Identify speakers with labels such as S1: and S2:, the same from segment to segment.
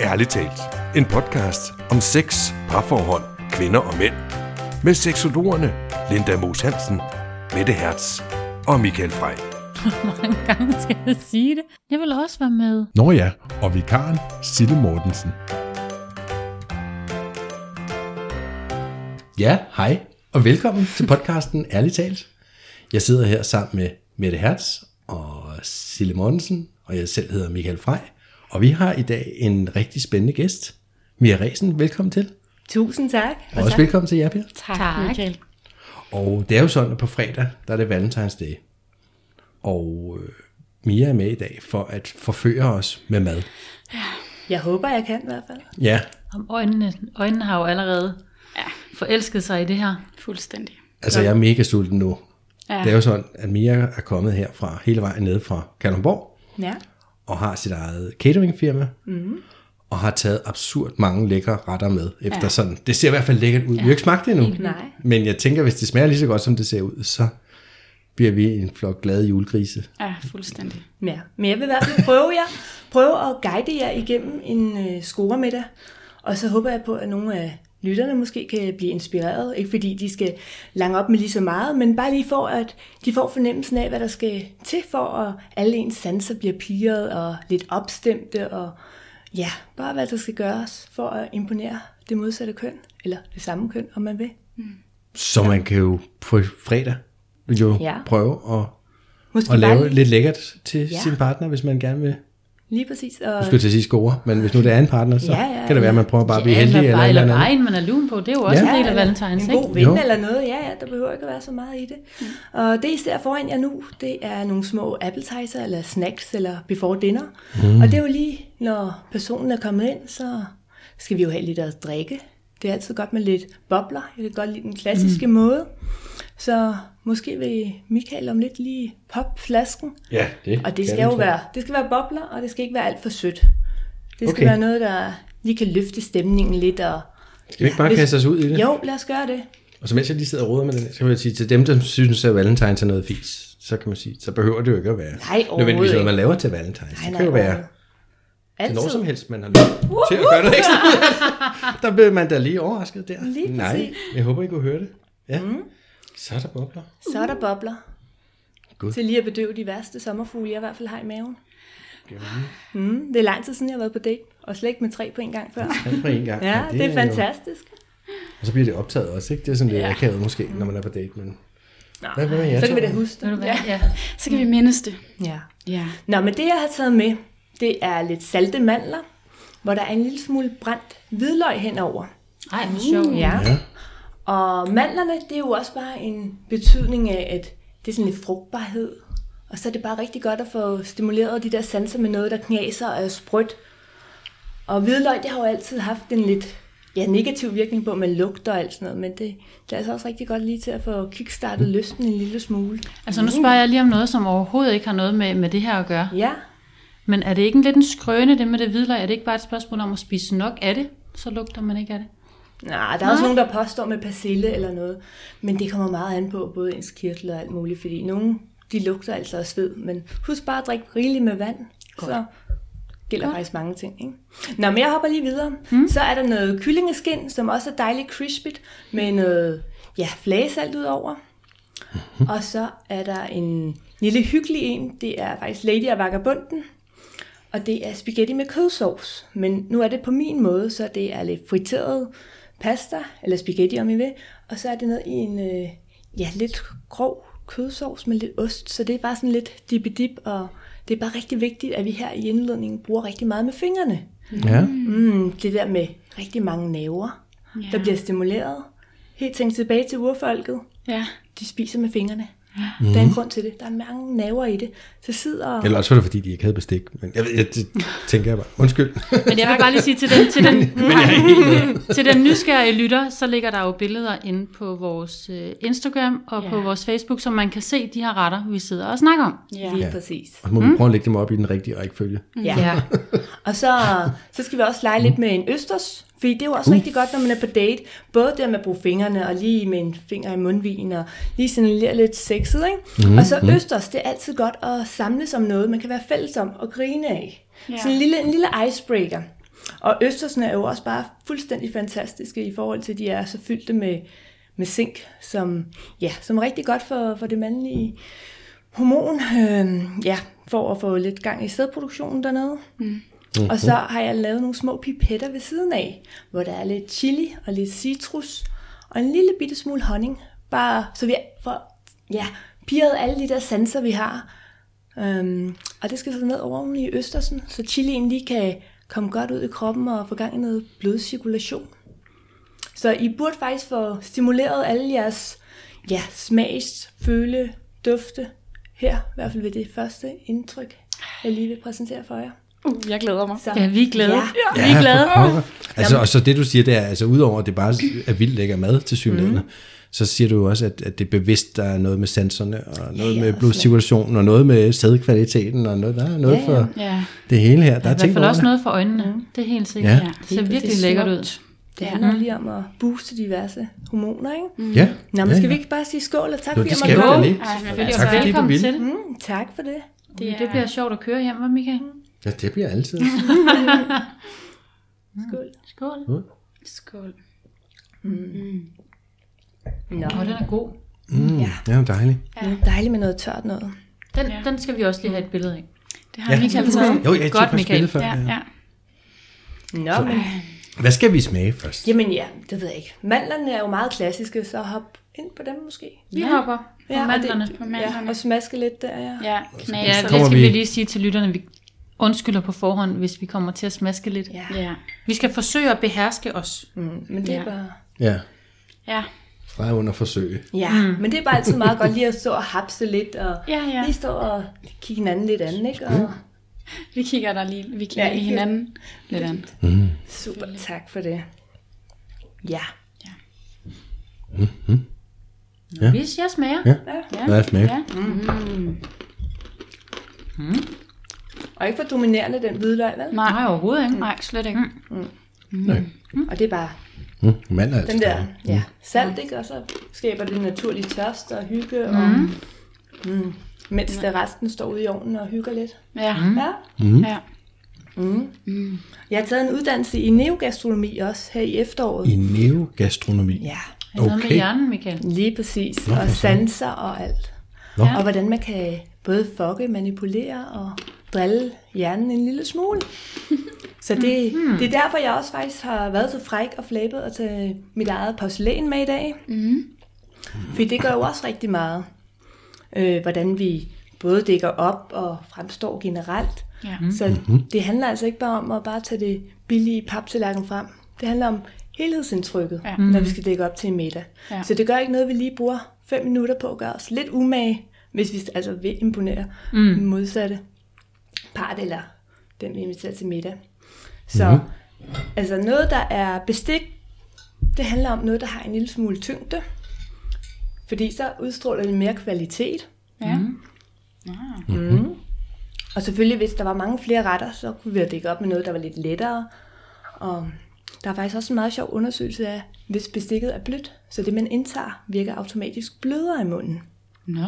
S1: Ærligt talt. En podcast om sex, parforhold, kvinder og mænd. Med seksologerne Linda Moos Hansen, Mette Hertz og Michael Frey.
S2: mange gange skal jeg sige det. Jeg vil også være med.
S3: Nå ja, og vikaren Sille Mortensen.
S4: Ja, hej, og velkommen til podcasten Ærligt talt. Jeg sidder her sammen med Mette Hertz og Sille Mortensen, og jeg selv hedder Michael Frej. Og vi har i dag en rigtig spændende gæst, Mia Resen. Velkommen til.
S5: Tusind tak.
S4: Og også velkommen til jer, Per.
S5: tak,
S2: Tak.
S5: Michael.
S4: Og det er jo sådan, at på fredag, der er det Valentine's Day. Og øh, Mia er med i dag for at forføre os med mad.
S5: Jeg håber, jeg kan i hvert fald.
S4: Ja,
S2: Om øjnene, øjnene har jo allerede forelsket sig i det her.
S6: Fuldstændig.
S4: altså jeg er mega sulten nu.
S6: Ja.
S4: Det er jo sådan, at Mia er kommet her fra hele vejen ned fra Kalundborg.
S5: Ja.
S4: og har sit eget cateringfirma, mm.
S5: Mhm.
S4: og har taget absurd mange lækre retter med. Efter ja. sådan, det ser i hvert fald lækkert ud. Ja. Vi har ikke smagt det endnu.
S5: Nej.
S4: Men jeg tænker, hvis det smager lige så godt, som det ser ud, så bliver vi en flok glade julegrise.
S6: Ja, fuldstændig.
S5: ja. Men jeg vil i hvert fald prøve, jer, prøve at guide jer igennem en øh, scoremiddag. Og så håber jeg på, at nogle af lytterne måske kan blive inspireret. Ikke fordi de skal lange op med lige så meget, men bare lige for, at de får fornemmelsen af, hvad der skal til for, at alle ens sanser bliver piret og lidt opstemte. Og ja, bare hvad der skal gøres for at imponere det modsatte køn, eller det samme køn, om man vil.
S4: Så man kan jo på fredag jo
S5: Ja.
S4: ja. prøve at,
S5: Måske
S4: at lave
S5: lige,
S4: lidt lækkert til
S5: Ja.
S4: ja. sin partner, hvis man gerne vil.
S5: lige præcis. Og,
S4: Nu skulle jeg til at sige score, men hvis nu det er en partner, så
S5: Ja, ja,
S4: kan det være, at man prøver bare at blive heldig.
S2: eller,
S4: Eller,
S2: bare,
S4: et
S2: eller,
S4: eller,
S2: altså eller
S4: andet.
S2: vejen, man er lun på. Det er jo også ja, en del af valentines,
S5: en
S2: ikke?
S5: god ven
S4: Jo.
S5: eller noget. Ja, ja, der behøver ikke at være så meget i det. Mm. Og det, I ser foran jer nu, det er nogle små appetizer, eller snacks, eller before dinner. Mm. Og det er jo lige, når personen er kommet ind, så skal vi jo have lidt at drikke. Det er altid godt med lidt bobler. Jeg kan godt lide den klassiske mm. måde. Så måske vil Michael om lidt lige poppe flasken.
S4: Ja, det
S5: Og
S4: kan
S5: det skal
S4: man
S5: jo
S4: tro.
S5: være, det skal være bobler, og det skal ikke være alt for sødt. Det skal
S4: Okay.
S5: være noget, der lige kan løfte stemningen lidt. Og...
S4: Skal vi ikke bare kaste os ud i det?
S5: Jo, lad os gøre det.
S4: Og så mens jeg lige sidder og roder med den, her, så kan jeg sige, til dem, der synes, at Valentines er noget fis, så kan man sige, så behøver det jo ikke at være.
S5: overhovedet
S4: Nødvendigvis noget,
S5: ikke.
S4: man laver til Valentines.
S5: Nej,
S4: det
S5: nej,
S4: kan jo være
S5: overhovedet.
S4: til noget som helst, man har lyst til at gøre noget ekstra. ud af det. der blev man da lige overrasket der.
S5: Lige
S4: nej,
S5: præcis.
S4: jeg håber, I kunne høre det. Ja. Mm. Så er der bobler.
S5: Så er der bobler.
S4: Gud.
S5: Til lige at bedøve de værste sommerfugle, jeg i hvert fald har i maven. Mm, det er lang tid siden, jeg har været på date. Og slet ikke med tre på en gang før.
S4: Alt på en gang.
S5: Ja,
S4: Og
S5: det er
S4: jo-
S5: fantastisk.
S4: Og så bliver det optaget også, ikke? Det er sådan lidt akavet måske, når man er på date, men... Hvad, hvad med jer
S5: Så kan vi
S4: to?
S5: da huske
S2: Ved du
S5: det.
S2: hvad? Ja.
S6: Så kan vi mindes det.
S5: Ja.
S6: Ja.
S5: Nå, men det, jeg har taget med, det er lidt salte mandler, hvor der er en lille smule brændt hvidløg henover. Mm.
S2: Ej, hvor sjovt.
S5: Ja. ja. Og mandlerne, det er jo også bare en betydning af, at det er sådan lidt frugtbarhed. Og så er det bare rigtig godt at få stimuleret de der sanser med noget, der knaser og er sprødt. Og hvidløg, det har jo altid haft en lidt ja, negativ virkning på, at man lugter og alt sådan noget. Men det, det er altså også rigtig godt lige til at få kickstartet lysten en lille smule.
S2: Altså nu spørger jeg lige om noget, som overhovedet ikke har noget med, med det her at gøre.
S5: Ja,
S2: Men er det ikke en lidt en skrøne, det med det hvidløg? Er det ikke bare et spørgsmål om at spise nok af det? Så lugter man ikke af det.
S5: Nej, der er også nogen, der påstår med persille eller noget. Men det kommer meget an på både ens kirtel og alt muligt, fordi nogen de lugter altså af sved. Men husk bare at drikke rigeligt med vand, Godt. så gælder faktisk mange ting. Ikke? Nå, men jeg hopper lige videre. Mm. Så er der noget kyllingeskin, som også er dejligt crispet, med noget ja, flagesalt ud over. Og så er der en lille hyggelig en, det er faktisk Lady og Vagabunden. Og det er spaghetti med kødsovs. Men nu er det på min måde, så det er lidt friteret pasta, eller spaghetti om I vil. Og så er det ned i en øh, ja, lidt grov kødsovs med lidt ost. Så det er bare sådan lidt dip og det er bare rigtig vigtigt, at vi her i indledningen bruger rigtig meget med fingrene.
S4: Ja.
S5: Mm, det der med rigtig mange næver, yeah. der bliver stimuleret. Helt tænkt tilbage til urfolket
S6: Ja.
S5: de spiser med fingrene. Mm. Der er en grund til det. Der er mange naver i det. Så sidder og...
S4: Eller også var det, fordi de ikke havde bestik. Men jeg, ved- jeg, det tænker jeg bare. Undskyld.
S2: Men jeg vil bare lige sige til den, til den, til den nysgerrige lytter, så ligger der jo billeder inde på vores øh, Instagram og ja. på vores Facebook, så man kan se de her retter, vi sidder og snakker om.
S6: Ja.
S5: Lige
S4: Ja.
S5: præcis.
S4: Og så må vi prøve at lægge dem op i den rigtige rækkefølge.
S5: Ja. ja. Og så, så skal vi også lege lidt med en østers, fordi det er jo også rigtig godt, når man er på date. Både det med at bruge fingrene og lige med en finger i mundvigen og lige signalere lidt sexet, ikke? Mm. Og så østers, det er altid godt at samles om noget, man kan være fælles om og grine af. Ja.
S6: Ja.
S5: Sådan en lille, en lille icebreaker. Og østersen er jo også bare fuldstændig fantastiske i forhold til, at de er så fyldte med, med zink, som, ja, som er rigtig godt for, for det mandlige hormon, øh, ja, for at få lidt gang i sædproduktionen dernede. Mm. Og så har jeg lavet nogle små pipetter ved siden af, hvor der er lidt chili og lidt citrus og en lille bitte smule honning, bare så vi får ja, pirret alle de der sanser, vi har. Øhm, og det skal så ned over oven i Østersen, så chilien lige kan komme godt ud i kroppen og få gang i noget blodcirkulation. Så I burde faktisk få stimuleret alle jeres ja, smags, føle, dufte her, i hvert fald ved det første indtryk, jeg lige vil præsentere for jer.
S6: Uh, jeg glæder mig.
S5: Så,
S2: Ja, vi er glade.
S5: Ja.
S2: Ja. Vi er glade.
S4: Pokker. Altså, og så det du siger, det er, altså udover at det bare er vildt lækker mad til synligheden, mm. så siger du jo også, at, at det er bevidst, der er noget med sanserne, og noget
S5: ja,
S4: ja, med
S5: og
S4: blodcirkulationen, og noget med sædkvaliteten, og noget, der er noget ja,
S5: Ja,
S4: ja. for
S6: Ja.
S4: det hele her. Der
S2: Der er
S4: er
S2: I hvert
S4: ting
S2: fald også
S4: over
S2: noget for øjnene. Det er helt sikkert.
S4: Ja.
S2: Ja. Det ser virkelig
S5: Det er
S2: lækkert
S5: smukt.
S2: ud.
S5: Det handler lige om at booste diverse hormoner, ikke? Mm.
S4: det. Ja.
S5: Nå, men
S4: ja,
S5: skal
S4: ja.
S5: vi ikke bare sige skål og tak,
S4: Jo,
S5: fordi
S4: det
S5: jeg
S4: skal
S5: måtte
S4: vi da
S5: komme?
S4: lige.
S2: selvfølgelig.
S4: tak, fordi du
S2: Velkommen
S4: ville.
S2: til.
S5: Mm, tak for det.
S6: Det, er,
S2: Det bliver sjovt at køre hjem, var Michael?
S4: Ja, det bliver altid.
S5: Skål.
S2: Skål.
S6: Skål.
S5: Nå,
S2: Åh, den er god.
S4: Mm, ja. ja, dejligt.
S5: det er dejligt med noget tørt noget.
S2: Den, ja. den skal vi også lige have et billede af.
S6: Det har Michael taget.
S4: Jo, jeg tog
S2: Godt,
S4: faktisk
S2: Michael.
S4: billede før.
S6: Altså, Ja, ja.
S5: Nå, men,
S4: Hvad skal vi smage først?
S5: jamen ja, det ved jeg ikke. Mandlerne er jo meget klassiske, så hop ind på dem måske.
S2: Vi ja. hopper på
S5: Ja,
S2: ja,
S5: og
S2: mandlerne.
S5: det-
S6: På mandlerne.
S5: Ja, og smaske lidt der, ja.
S6: Ja,
S2: Ja,
S6: knaser.
S2: det
S4: kommer
S2: skal
S4: vi-
S2: vi... lige sige til lytterne. Vi undskylder på forhånd, hvis vi kommer til at smaske lidt.
S5: ja.
S6: Ja.
S2: Vi skal forsøge at beherske os.
S5: Mm, men det er
S6: Ja.
S5: bare...
S4: Ja,
S6: Ja.
S4: streg under forsøg.
S5: Ja, mm. men det er bare altid meget godt lige at stå og hapse lidt, og
S6: Ja, ja.
S5: lige stå og kigge hinanden lidt an, ikke? Og,
S6: Vi kigger der lige, vi kigger
S5: Ja,
S6: ja, lige
S5: I-
S6: hinanden lidt an.
S5: Super, tak for det. Ja.
S4: Ja.
S2: Hvis jeg smager.
S4: Ja.
S2: Ja.
S6: Ja.
S4: Lad os smage.
S6: Ja.
S5: Og ikke for dominerende, den hvidløg, vel?
S6: Nej,
S2: Nej, overhovedet ikke.
S6: nej, slet ikke. Mm.
S5: Og det er bare
S4: Mm, mand er altså
S5: den der
S4: dejlig.
S5: ja, salt, ikke? Og så skaber det naturlig tørst og hygge, og, mm. mens der resten står ude i ovnen og hygger lidt.
S6: Ja,
S5: Ja.
S6: ja.
S5: Jeg har taget en uddannelse i neogastronomi også her i efteråret.
S4: I neogastronomi.
S5: Ja,
S2: Er det noget med
S4: Okay.
S2: hjernen, Michael?
S5: lige præcis.
S4: Nå, for
S5: og
S4: søren.
S5: sanser og alt.
S4: Nå.
S5: Og hvordan man kan både fokke, manipulere og drille hjernen en lille smule. Så det, mm. det er derfor, jeg også faktisk har været så fræk og flabet og tage mit eget porcelæn med i dag. Mm. For det gør jo også rigtig meget. Øh, hvordan vi både dækker op og fremstår generelt.
S6: Ja.
S5: Så mm-hmm. det handler altså ikke bare om at bare tage det billige paptallakken frem. Det handler om helhedsindtrykket, ja.
S6: Ja.
S5: når vi skal dække op til en middag. Ja.
S6: Ja.
S5: Så det gør ikke noget, at vi lige bruger fem minutter på at gøre os lidt umage, hvis vi altså vil imponere mm. den modsatte part eller den, vi inviterer til middag. Så mm-hmm. altså noget, der er bestik, det handler om noget, der har en lille smule tyngde. Fordi så udstråler det mere kvalitet. Mm.
S6: Ja.
S5: Og selvfølgelig, hvis der var mange flere retter, så kunne vi have dækket op med noget, der var lidt lettere. Og der er faktisk også en meget sjov undersøgelse af, hvis bestikket er blødt, så det, man indtager, virker automatisk blødere i munden.
S6: Nå.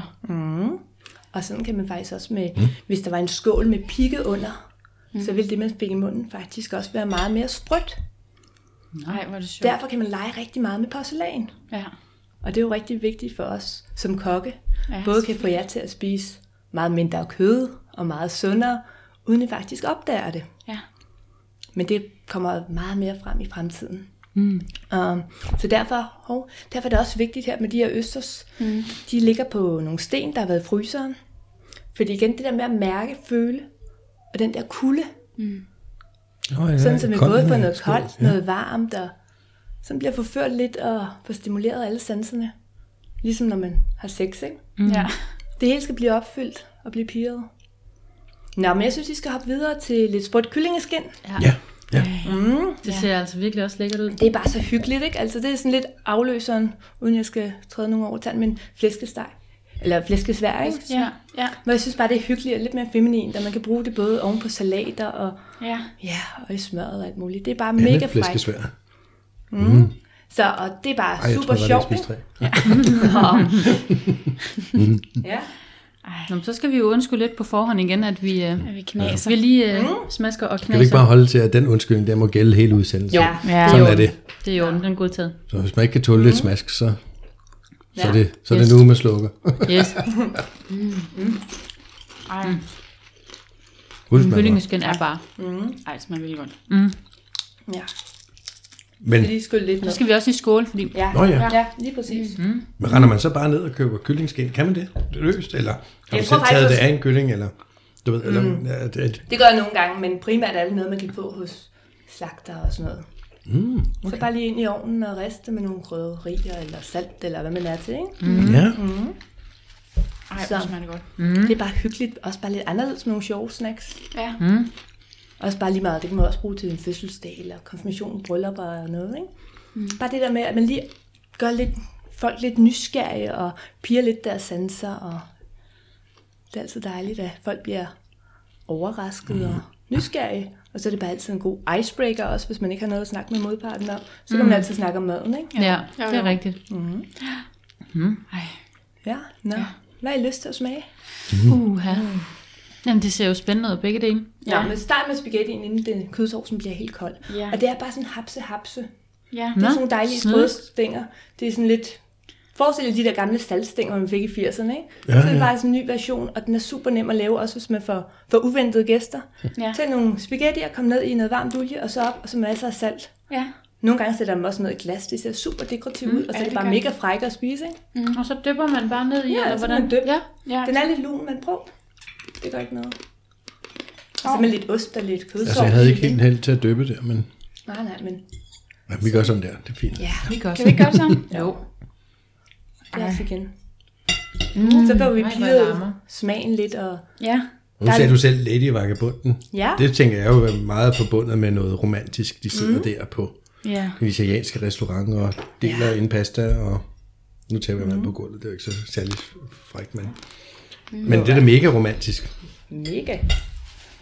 S5: Og sådan kan man faktisk også med, mm. hvis der var en skål med pigge under, mm. så ville det, man fik i munden, faktisk også være meget mere sprødt.
S6: Nej, hvor er det sjovt.
S5: Derfor kan man lege rigtig meget med porcelæn.
S6: Ja.
S5: Og det er jo rigtig vigtigt for os som kokke. Ja,
S6: Ja,
S5: Både kan få jer til at spise meget mindre kød og meget sundere, uden I faktisk opdager det.
S6: Ja.
S5: Men det kommer meget mere frem i fremtiden. Mm. Um, så derfor, hov, derfor er det også vigtigt her med de her østers. Mm. De ligger på nogle sten, der har været i fryseren. Fordi igen, det der med at mærke, føle, og den der kulde,
S4: Oh, ja,
S5: sådan så vi
S4: koldt
S5: både
S4: er
S5: får
S4: det.
S5: noget koldt, ja. noget varmt, og sådan bliver forført lidt og får stimuleret alle sanserne. Ligesom når man har sex, ikke?
S6: Ja.
S5: Det hele skal blive opfyldt og blive pirret. Nå, men jeg synes, I skal hoppe videre til lidt sprødt kyllingeskin.
S4: Ja, ja.
S2: Det ser altså virkelig også lækkert ud.
S5: Det er bare så hyggeligt, ikke? Altså, det er sådan lidt afløseren, uden jeg skal træde nogen over tanden, men flæskesteg. Eller flæskesvær, ikke?
S6: Ja. Ja.
S5: Men jeg synes bare, det er hyggeligt og lidt mere feminin, da man kan bruge det både oven på salater og,
S6: Ja.
S5: ja, og i smøret og alt muligt. Det er bare
S4: Andet
S5: mega frækt.
S4: flæskesvær.
S5: Så, og det er bare
S4: Ej, jeg
S5: super
S4: tror,
S5: sjovt,
S4: jeg var
S5: ikke?
S4: det, jeg spiste tre.
S5: Ja.
S2: Nå, men så skal vi jo undskylde lidt på forhånd igen, at vi, øh,
S6: At vi knaser.
S5: Altså.
S2: vi lige øh,
S5: Mm.
S2: smasker og
S4: Kan vi ikke
S2: knaser.
S4: bare holde til, at den undskyldning, den må gælde hele udsendelsen?
S2: Jo,
S6: Ja.
S2: det
S4: Sådan
S2: jo,
S4: er det.
S2: Det er jo den er godtaget.
S4: Så hvis man ikke kan tåle
S5: Mhm.
S4: lidt smask, så, så er det, så er det
S2: Yes.
S4: nu, man slukker.
S2: Yes,
S6: Ej,
S4: Husk, man må-
S2: kyllingeskin er bare.
S6: ej, det smager vildt godt.
S5: Ja.
S4: men,
S5: Lige skylle lidt
S2: Så
S5: ned.
S2: skal vi også lige skåle, fordi
S5: Ja.
S4: Nå ja.
S5: ja, lige præcis. Mm.
S4: men render man så bare ned og køber kyllingskin? Kan man det? Det er løst, eller har
S5: Jeg
S4: du
S5: tror
S4: selv taget det
S5: faktisk- Mm.
S4: af en kylling, eller... Du ved, eller, ja, det,
S5: Det gør jeg nogle gange, men primært er det noget, man kan få hos slagter og sådan noget. Mm, okay. Så bare lige ind i ovnen og riste med nogle krydderier eller salt, eller hvad man er til, ikke? Mm.
S4: ja.
S6: Ej,
S5: Så.
S6: det smager det godt.
S5: Det er bare hyggeligt, også bare lidt anderledes med nogle sjove snacks.
S6: Ja.
S5: Også bare lige meget, det kan man også bruge til en fødselsdag eller konfirmation, bryllup og noget, ikke? Mm. Bare det der med, at man lige gør lidt, folk lidt nysgerrige og piger lidt deres sanser, og det er altid dejligt, at folk bliver overrasket mm. og nysgerrige. Og så er det bare altid en god icebreaker også, hvis man ikke har noget at snakke med modparten om. Så kan man altid snakke om maden, ikke?
S2: ja,
S6: Jo,
S2: det er
S6: jo.
S2: rigtigt.
S6: Ej.
S5: Ja, nå. Ja. Hvad har I lyst til at smage?
S4: Mhm.
S2: Uha. Jamen, det ser jo spændende ud begge dele.
S5: Ja. Nå, men start med spaghettien, inden den kødsovsen bliver helt kold.
S6: Ja.
S5: Og det er bare sådan hapse-hapse.
S6: Ja.
S5: Det
S2: Nå,
S5: er sådan nogle dejlige
S2: snedigt.
S5: sprødstænger. Det er sådan lidt... Forestil jer de der gamle saltstænger, man fik i 80'erne, ikke?
S4: Ja,
S5: Ja, så er
S4: ja.
S5: det bare sådan en ny version, og den er super nem at lave, også hvis man får, får uventede gæster.
S6: Ja.
S5: Ja. Tag nogle spaghetti og kom ned i noget varmt olie, og så op, og så masser af salt.
S6: Ja.
S5: Nogle gange sætter man også noget i glas, det ser super dekorativt ud, og så er
S6: ja,
S5: det
S6: det
S5: bare
S6: gør
S5: mega frække at spise, ikke?
S2: Og så dypper man bare ned i,
S5: Mm. Ja,
S2: eller
S5: så
S2: hvordan?
S5: man dypper.
S2: Ja,
S6: Ja.
S5: Den er lidt lun, men prøv. Det gør ikke noget. Og så med lidt ost og lidt kødsovs.
S4: Altså, jeg havde ikke helt held til at døbe der, men
S5: Nej, nej, men
S4: ja, vi gør sådan der. Det er fint.
S5: ja,
S2: vi gør
S6: Kan vi ikke gøre det sådan?
S2: Jo.
S5: det er os igen. Mm, så får vi
S2: Ej, hvor larmer.
S5: piret smagen lidt, og
S6: Ja.
S4: Nu sagde du selv Lady i Vagabunden.
S5: Ja.
S4: Det tænker jeg jo er meget forbundet med noget romantisk. De sidder mm. der på
S6: Ja.
S4: den italienske restaurant og deler ja. en pasta, og nu tager jeg mm. på gulvet. Det er jo ikke så særlig frækt, men...
S2: Mm.
S4: Men det er da mega romantisk.
S5: mega.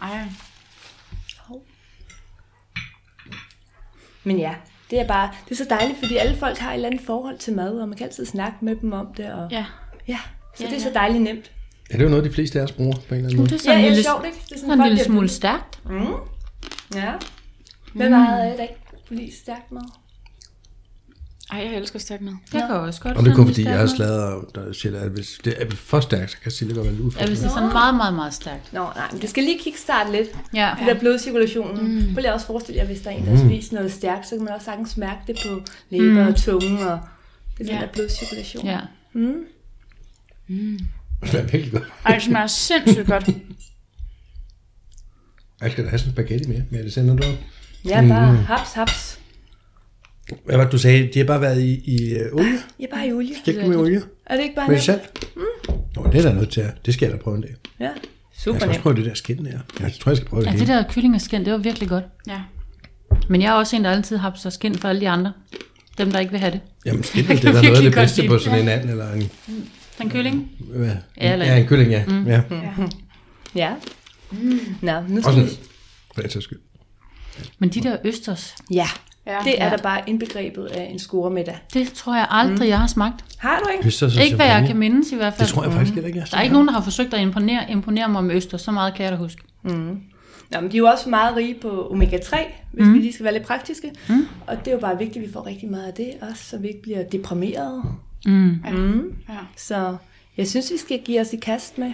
S6: Ej.
S5: Men ja, det er bare, det er så dejligt, fordi alle folk har et eller andet forhold til mad, og man kan altid snakke med dem om det. Og,
S6: Ja.
S5: ja. Så
S6: Ja,
S5: det er
S6: ja.
S5: så dejligt nemt.
S4: Ja, det er jo noget, de fleste af os bruger på en eller anden måde.
S2: Det er
S5: Ja,
S2: sådan
S5: ja,
S2: en lille,
S5: sjovt, ikke? Det er
S2: sådan en
S5: folk
S2: lille
S5: bliver-
S2: smule stærkt.
S5: Ja. Hvem mm. har det, der ikke kunne lide stærkt mad?
S6: Ej, jeg elsker stærk mad.
S2: Jeg kan også godt
S4: Om det
S2: sådan
S4: er kun
S2: en
S4: fordi, jeg har
S2: stærk
S4: slaget og der siger, at hvis det er for stærkt, så kan Sille godt være lidt
S2: Ja, hvis
S4: udfordrende.
S2: det er sådan meget, meget, meget stærkt.
S5: Nå, nej, men det skal lige kickstarte lidt.
S2: Ja.
S5: Det der blodcirkulationen. Mm. Prøv lige også forestille jer, hvis der er en, der mm. spiser noget stærkt, så kan man også sagtens mærke det på læber mm. og tunge og det er den
S6: Ja.
S5: der blodcirkulation.
S2: Ja.
S4: Det er virkelig godt.
S6: Ej, det smager sindssygt godt.
S4: Jeg skal da have sådan en spaghetti med, men det sender du op.
S5: ja bare haps, haps.
S4: Hvad var det, du sagde? De har bare været i, i øh, olie.
S2: Ah,
S5: Ja, bare i olie.
S4: Skæg med olie.
S5: Er det ikke bare
S4: Med
S5: nemt?
S4: salt.
S2: Mm.
S4: Nå, det er der noget til. at- Det skal jeg da prøve en dag.
S5: Ja,
S4: Jeg
S5: super
S4: skal også
S5: nemt.
S4: prøve det der skin der. Jeg tror, jeg skal prøve det
S2: Ja,
S4: hele.
S2: det der kyllingeskin, det var virkelig godt.
S6: Ja.
S2: Men jeg er også en, der altid har så skin for alle de andre. Dem, der ikke vil have det.
S4: Jamen, skin det
S2: Jeg kan
S4: er da noget af
S2: virkelig
S4: det
S2: godt
S4: bedste
S2: lide
S4: på
S2: det.
S4: sådan en and eller en,
S2: Den kylling?
S4: hvad?
S2: Ja, eller-
S4: ja, en kylling, ja. Mm. ja.
S5: Ja. Mm. Nå, nu
S4: Og
S5: skal
S4: sådan,
S5: vi...
S4: for den sags skyld.
S2: Men de der østers,
S5: Ja,
S6: Ja.
S5: det er
S2: Ja.
S5: der bare indbegrebet af en scoremiddag.
S2: det tror jeg aldrig, jeg har smagt.
S5: Har du ikke?
S4: Østers og
S2: Ikke hvad jeg
S4: champagne.
S2: kan mindes i hvert fald.
S4: Det tror jeg faktisk heller ikke, jeg
S2: Der er ikke nogen, der har forsøgt at imponere, imponere mig med østers. Så meget kan jeg da huske.
S5: Nå, men de er jo også meget rige på omega-3, hvis mm. vi lige skal være lidt praktiske. Mm. Og det er jo bare vigtigt, at vi får rigtig meget af det også, så vi ikke bliver deprimerede. Mm.
S6: ja.
S5: Så jeg synes, vi skal give os i kast med,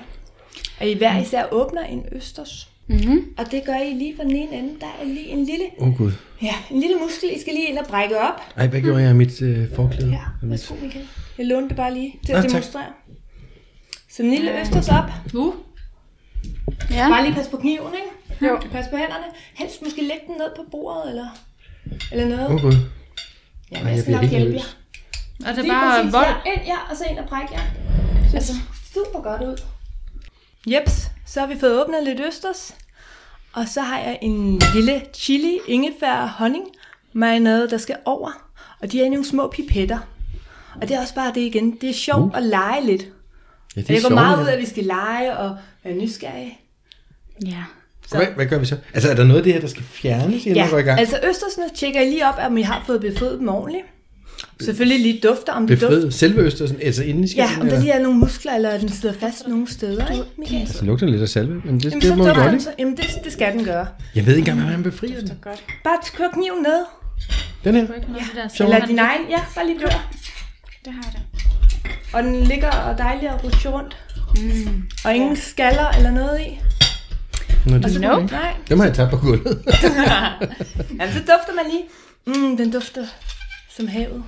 S5: at I hver især åbner en østers. Mm. Og det gør I lige fra den ene ende. Der er lige en lille,
S4: Åh, oh, Gud.
S5: ja, en lille muskel, I skal lige ind og brække op.
S4: Ej, hvad gjorde jeg af mit øh, forklæde?
S5: Ja, værsgo Michael. Jeg lånte det bare lige til
S4: Ah,
S5: at
S4: tak.
S5: demonstrere. Så en lille østers op.
S2: Uh,
S6: Ja.
S5: Bare lige pas på kniven, ikke?
S6: Jo.
S5: Pas på hænderne. Helst måske lægge den ned på bordet, eller, eller noget.
S4: Åh, oh, Gud.
S5: Ja,
S4: Ej,
S5: jeg
S4: jeg
S5: skal
S4: bliver
S5: nok
S4: helt
S5: hjælpe
S4: nervøs.
S5: jer.
S2: er det
S5: Lige
S2: bare
S5: præcis,
S2: vold?
S5: ja. Ind, ja, og så ind og bræk jer. Så altså. super godt ud. Jeps, så har vi fået åbnet lidt østers. Og så har jeg en lille chili, ingefær og honning marinade, der skal over. Og de er i nogle små pipetter. Og det er også bare det igen. Det er sjovt uh. at lege lidt.
S4: Ja, det
S5: Det
S4: er
S5: jeg går
S4: sjovt,
S5: meget ud af,
S4: ja.
S5: at vi skal lege og være nysgerrige.
S6: Ja.
S4: Hvad, hvad gør vi så? Altså, er der noget af det her, der skal fjernes, inden vi går i gang?
S5: altså østersene tjekker I lige op, om I har fået befriet dem ordentligt. Selvfølgelig lige dufter, om det dufter.
S4: Befriet selve østersen, altså inden i
S5: Ja,
S4: skallen?
S5: om der
S4: eller?
S5: lige er nogle muskler, eller den sidder fast nogle steder, ikke, Michael?
S4: Den lugter lidt af salve, men det,
S5: Jamen,
S4: det
S5: så
S4: må vi
S5: dufter
S4: godt,
S5: den,
S4: ikke?
S5: så, jamen det, det skal den gøre.
S4: Jeg ved ikke engang, hvordan man befrier den.
S5: Bare kør kniven ned.
S4: Den her.
S2: Ja,
S5: Eller din egen, ja, bare lige dør.
S6: Det har jeg da.
S5: Og den ligger og dejlig og rutscher rundt. Mm. Og ingen skaller eller noget i.
S4: Nå, det,
S5: Og så,
S6: Nope.
S5: Nej.
S4: dem har jeg tabt på gulvet.
S5: Jamen, så dufter man lige. Mm, den dufter som havet.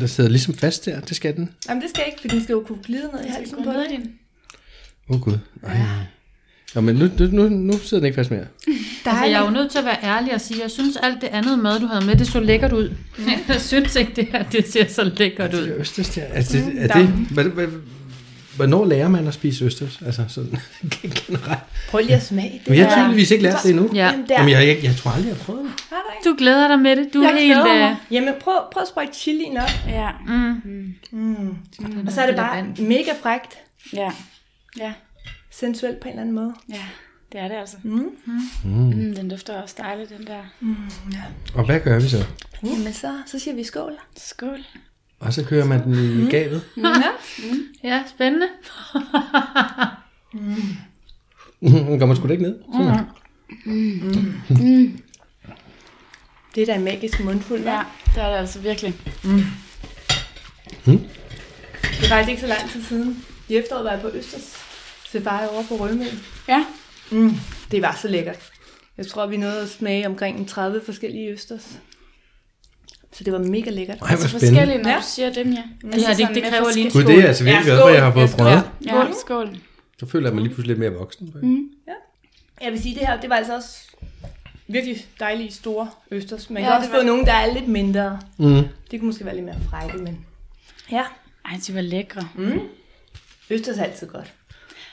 S4: der sidder ligesom fast der, det skal den.
S5: Jamen, det skal ikke, for den skal jo kunne glide ned i halsen på
S6: Gå ned i
S5: dig.
S6: din.
S4: Åh oh, gud. Ej. Nå, men nu, nu, nu, nu sidder den ikke fast mere.
S2: Altså, jeg er jo nødt til at være ærlig og sige, at jeg synes alt det andet mad, du havde med, det så lækkert ud. jeg synes ikke, det her det ser så lækkert ud.
S4: Det er østers der. Altså, det, er det, hvad, hvad, hvornår lærer man at spise østers? Altså sådan generelt.
S5: Prøv lige at smage
S4: Men
S5: det.
S4: jeg har tydeligvis ikke lært det endnu.
S2: Ja.
S5: Jamen, der.
S4: Jamen, jeg, jeg, jeg tror aldrig, jeg har prøvet det.
S5: Har du ikke?
S2: Du glæder dig med det. Du er
S6: Jeg
S2: helt...
S6: glæder
S2: Øh,
S6: mig.
S5: Jamen, prøv, prøv at sprøjte chilien op.
S6: Ja.
S5: Og så er det bare mega frægt.
S6: Ja. Ja.
S5: Sensuelt på en eller anden måde.
S6: Ja. Det er det altså. Mm. Mm. Den dufter også dejligt, den der.
S4: Og hvad gør vi så?
S5: Jamen, så, så siger vi skål.
S6: Skål.
S4: Og så kører man den i gavet.
S2: øh, ja, spændende.
S4: Den kommer sgu da ikke ned. Sådan der.
S5: Det er da en magisk mundfuld, hva'?
S6: Ja, det er det altså virkelig.
S5: Det er faktisk ikke så lang tid siden. I efteråret var jeg på Østers Safari over på Rømø.
S6: Ja.
S5: Mm, det var så lækkert. Jeg tror, vi nåede at smage omkring en 30 forskellige Østers. Så det var mega lækkert.
S4: Ej, hvor spændende.
S6: Så Altså, forskellige, når
S5: Ja.
S6: du siger dem, ja. Altså
S2: det, her, det, det
S6: med
S2: kræver lige en
S4: Gud, det er jeg altså virkelig glad for, at jeg har fået prøvet.
S6: Ja, skål.
S4: Så føler jeg mig lige pludselig lidt mere voksen.
S5: Jeg vil sige, det her, det var altså også virkelig dejlige store Østers. Man
S6: Ja,
S5: ja, kan også
S6: det var
S5: få
S6: det.
S5: nogle, der er lidt mindre.
S4: Mm.
S5: Det kunne måske være lidt mere frække, men ja,
S6: Ej, de var lækre.
S5: Østers er altid godt.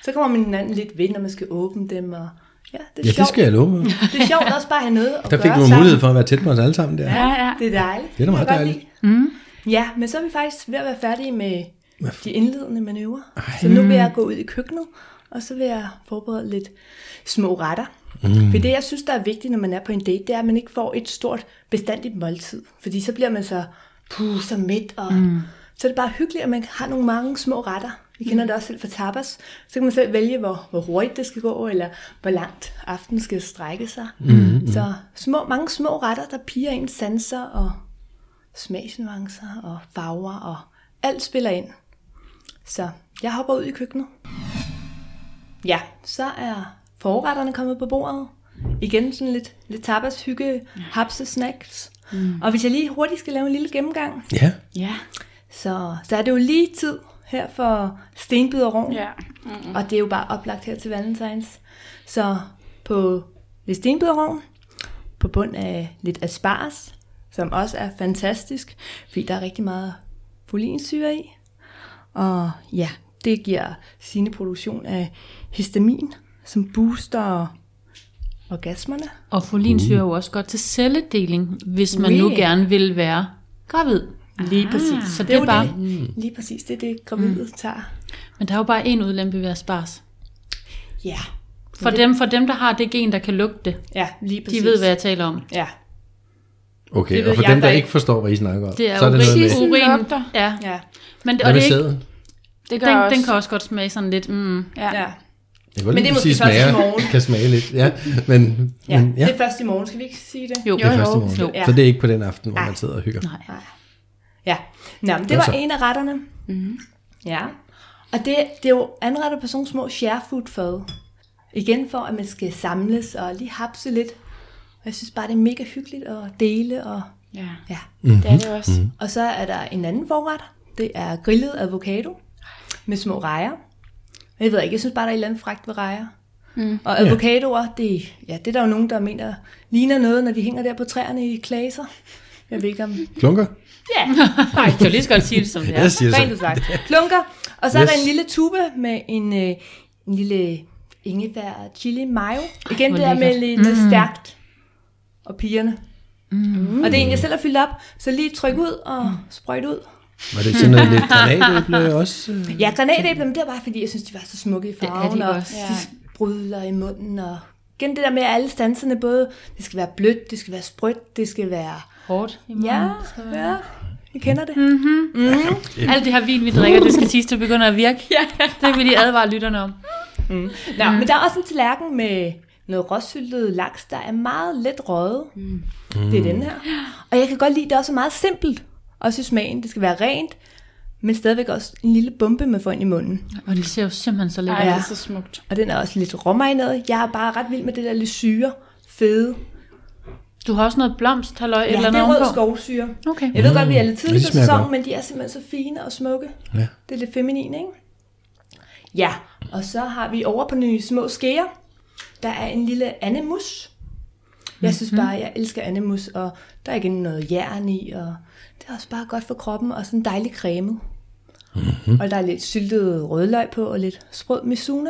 S5: Så kommer man hinanden lidt ved, når man skal åbne dem, og ja, det er
S4: Ja,
S5: sjovt.
S4: det skal jeg love mig.
S5: det er sjovt også bare at have noget at
S4: Der fik
S5: gøre
S4: du en
S5: sammen.
S4: mulighed for at være tæt på os alle sammen der.
S6: Ja, ja.
S5: Det er dejligt.
S4: Det er da meget
S5: kan jeg godt
S4: dejligt.
S5: lide. Ja, men så er vi faktisk ved at være færdige med de indledende manøvrer. Så nu vil jeg gå ud i køkkenet, og så vil jeg forberede lidt små retter. Mm. For det, jeg synes, der er vigtigt, når man er på en date, det er, at man ikke får et stort bestandigt måltid. Fordi så bliver man så puh, så mæt, og mm. så er det bare hyggeligt, at man har nogle mange små retter. Vi kender det også selv fra tapas. Så kan man selv vælge, hvor, hvor hurtigt det skal gå, eller hvor langt aftenen skal strække sig. Mm. Så små, mange små retter, der piger ens sanser og smagsnuancer og farver, og alt spiller ind. Så jeg hopper ud i køkkenet. Ja, så er forretterne kommet på bordet. Igen sådan lidt, lidt tapas, hygge, hapse, snacks. Mm. Og hvis jeg lige hurtigt skal lave en lille gennemgang,
S4: Ja.
S6: Ja.
S5: så, så er det jo lige tid her for stenbiderovn.
S6: Ja.
S2: Mm.
S5: Og det er jo bare oplagt her til Valentines. Så på lidt stenbiderovn, på bund af lidt asparges, som også er fantastisk, fordi der er rigtig meget folinsyre i. Og ja, det giver sine produktion af histamin, som booster orgasmerne.
S2: Og
S4: Mm.
S2: folinsyre er jo også godt til celledeling, hvis man nu
S5: Ui.
S2: gerne vil være gravid.
S5: Lige præcis.
S2: Så det er
S5: jo
S2: bare...
S5: Det. Lige præcis, det er det, gravide mm. tager.
S2: Men der er jo bare en udlempe ved at spars.
S5: Ja,
S2: For dem, for dem, der har det gen, der kan lugte det,
S5: ja lige
S2: de
S5: præcis.
S2: ved, hvad jeg taler om.
S5: Ja,
S4: Okay,
S5: Det ved
S4: og for
S5: jeg
S4: dem, der
S5: da
S4: ikke forstår, hvad I snakker om,
S2: Det er
S4: så er
S2: jo
S4: det noget med,
S2: rigtig
S6: Tissen
S2: urin.
S6: lugter.
S2: Ja.
S5: ja,
S2: Men, og
S4: hvad
S2: det
S4: med
S2: er ikke,
S4: sæden?
S6: Det gør
S2: den,
S6: også.
S2: den kan også godt smage sådan lidt. Mm.
S6: Ja.
S5: ja.
S4: Jeg kan godt
S5: Men
S4: lide,
S5: det er
S4: at sige,
S5: måske først i
S4: smager,
S5: morgen.
S4: kan smage lidt. Ja, men,
S5: Ja,
S4: men ja,
S5: det er først i morgen, skal vi ikke sige det?
S2: Jo,
S4: det er først i morgen.
S2: Jo.
S5: Ja.
S4: Så det er ikke på den aften, hvor man sidder og hygger.
S2: Nej.
S5: Ja, Nå, men det
S4: så.
S5: var en af retterne. Mm-hmm. Ja. Og det, det er jo anrettet på sådan nogle små sharefood-fad. Igen for, at man skal samles og lige hapse lidt. Og jeg synes bare, det er mega hyggeligt at dele. Og,
S6: Ja.
S5: ja.
S6: Det er det også.
S5: og så er der en anden forret. Det er grillet avocado med små rejer. Og Jeg ved ikke, jeg synes bare, der er et eller andet fragt ved rejer. Mm. Og avocadoer, det, ja, det er der jo nogen, der mener ligner noget, når de hænger der på træerne i klaser. Jeg ved ikke, om
S4: Klunker?
S2: Nej, jeg kan jo lige så godt sige det, som det
S4: Jeg
S2: er.
S4: siger så.
S5: Rent sagt. Klunker. Og så yes. er
S4: Yes.
S5: der en lille tube med en, øh, en lille ingefær og chili mayo. Igen
S2: hvor
S5: det der med lidt mm. stærkt. Og pigerne. Mm. Og det er en, jeg selv har fyldt op. Så lige tryk ud og
S2: Mm.
S5: sprøjt ud.
S4: Var det sådan noget lidt granatæble også? øh?
S5: Ja, granatæbler, men det er bare fordi, jeg synes, de var så smukke i
S2: er
S5: farven.
S2: de
S5: og
S2: også.
S5: de sprudler i munden. Og igen det der med at alle stanserne, både det skal være blødt, det skal være sprødt, det skal være
S2: hårdt i
S5: Ja,
S2: morgen. så-
S5: ja. Jeg kender det.
S2: Alt det her vin, vi drikker, det skal sidst, det begynder at virke. Det vil de advare lytterne om.
S5: Nå, men der er også en tallerken med noget råsyltet laks, der er meget let røget. Mm. Det er den her. Og jeg kan godt lide, at det også er meget simpelt. Også i smagen. Det skal være rent, men stadigvæk også en lille bombe, man får ind i munden.
S2: Og det ser jo simpelthen så
S6: Ej,
S2: lækkert.
S6: det
S5: Ja.
S6: er så smukt.
S5: Og den er også lidt råmarineret. Jeg er bare ret vild med det der lidt syre, fede.
S2: Du har også noget blomst, halløj, ja,
S5: Ja,
S2: eller
S5: det
S2: noget
S5: er rød
S2: ovenpå.
S5: skovsyre.
S2: Okay.
S5: Jeg ved godt, vi er lidt tidligt
S4: det
S5: på
S4: smager
S5: sæsonen,
S4: godt.
S5: men de er simpelthen så fine og smukke.
S4: Ja.
S5: Det er lidt feminin, ikke? Ja, og så har vi over på nogle små skeer. Der er en lille anemus. Jeg synes
S2: Mhm.
S5: bare, jeg elsker anemus, og der er igen noget jern i, og det er også bare godt for kroppen, og sådan dejlig cremet.
S4: Mhm.
S5: Mm-hmm. Og der er lidt syltet rødløg på, og lidt sprød mizuna.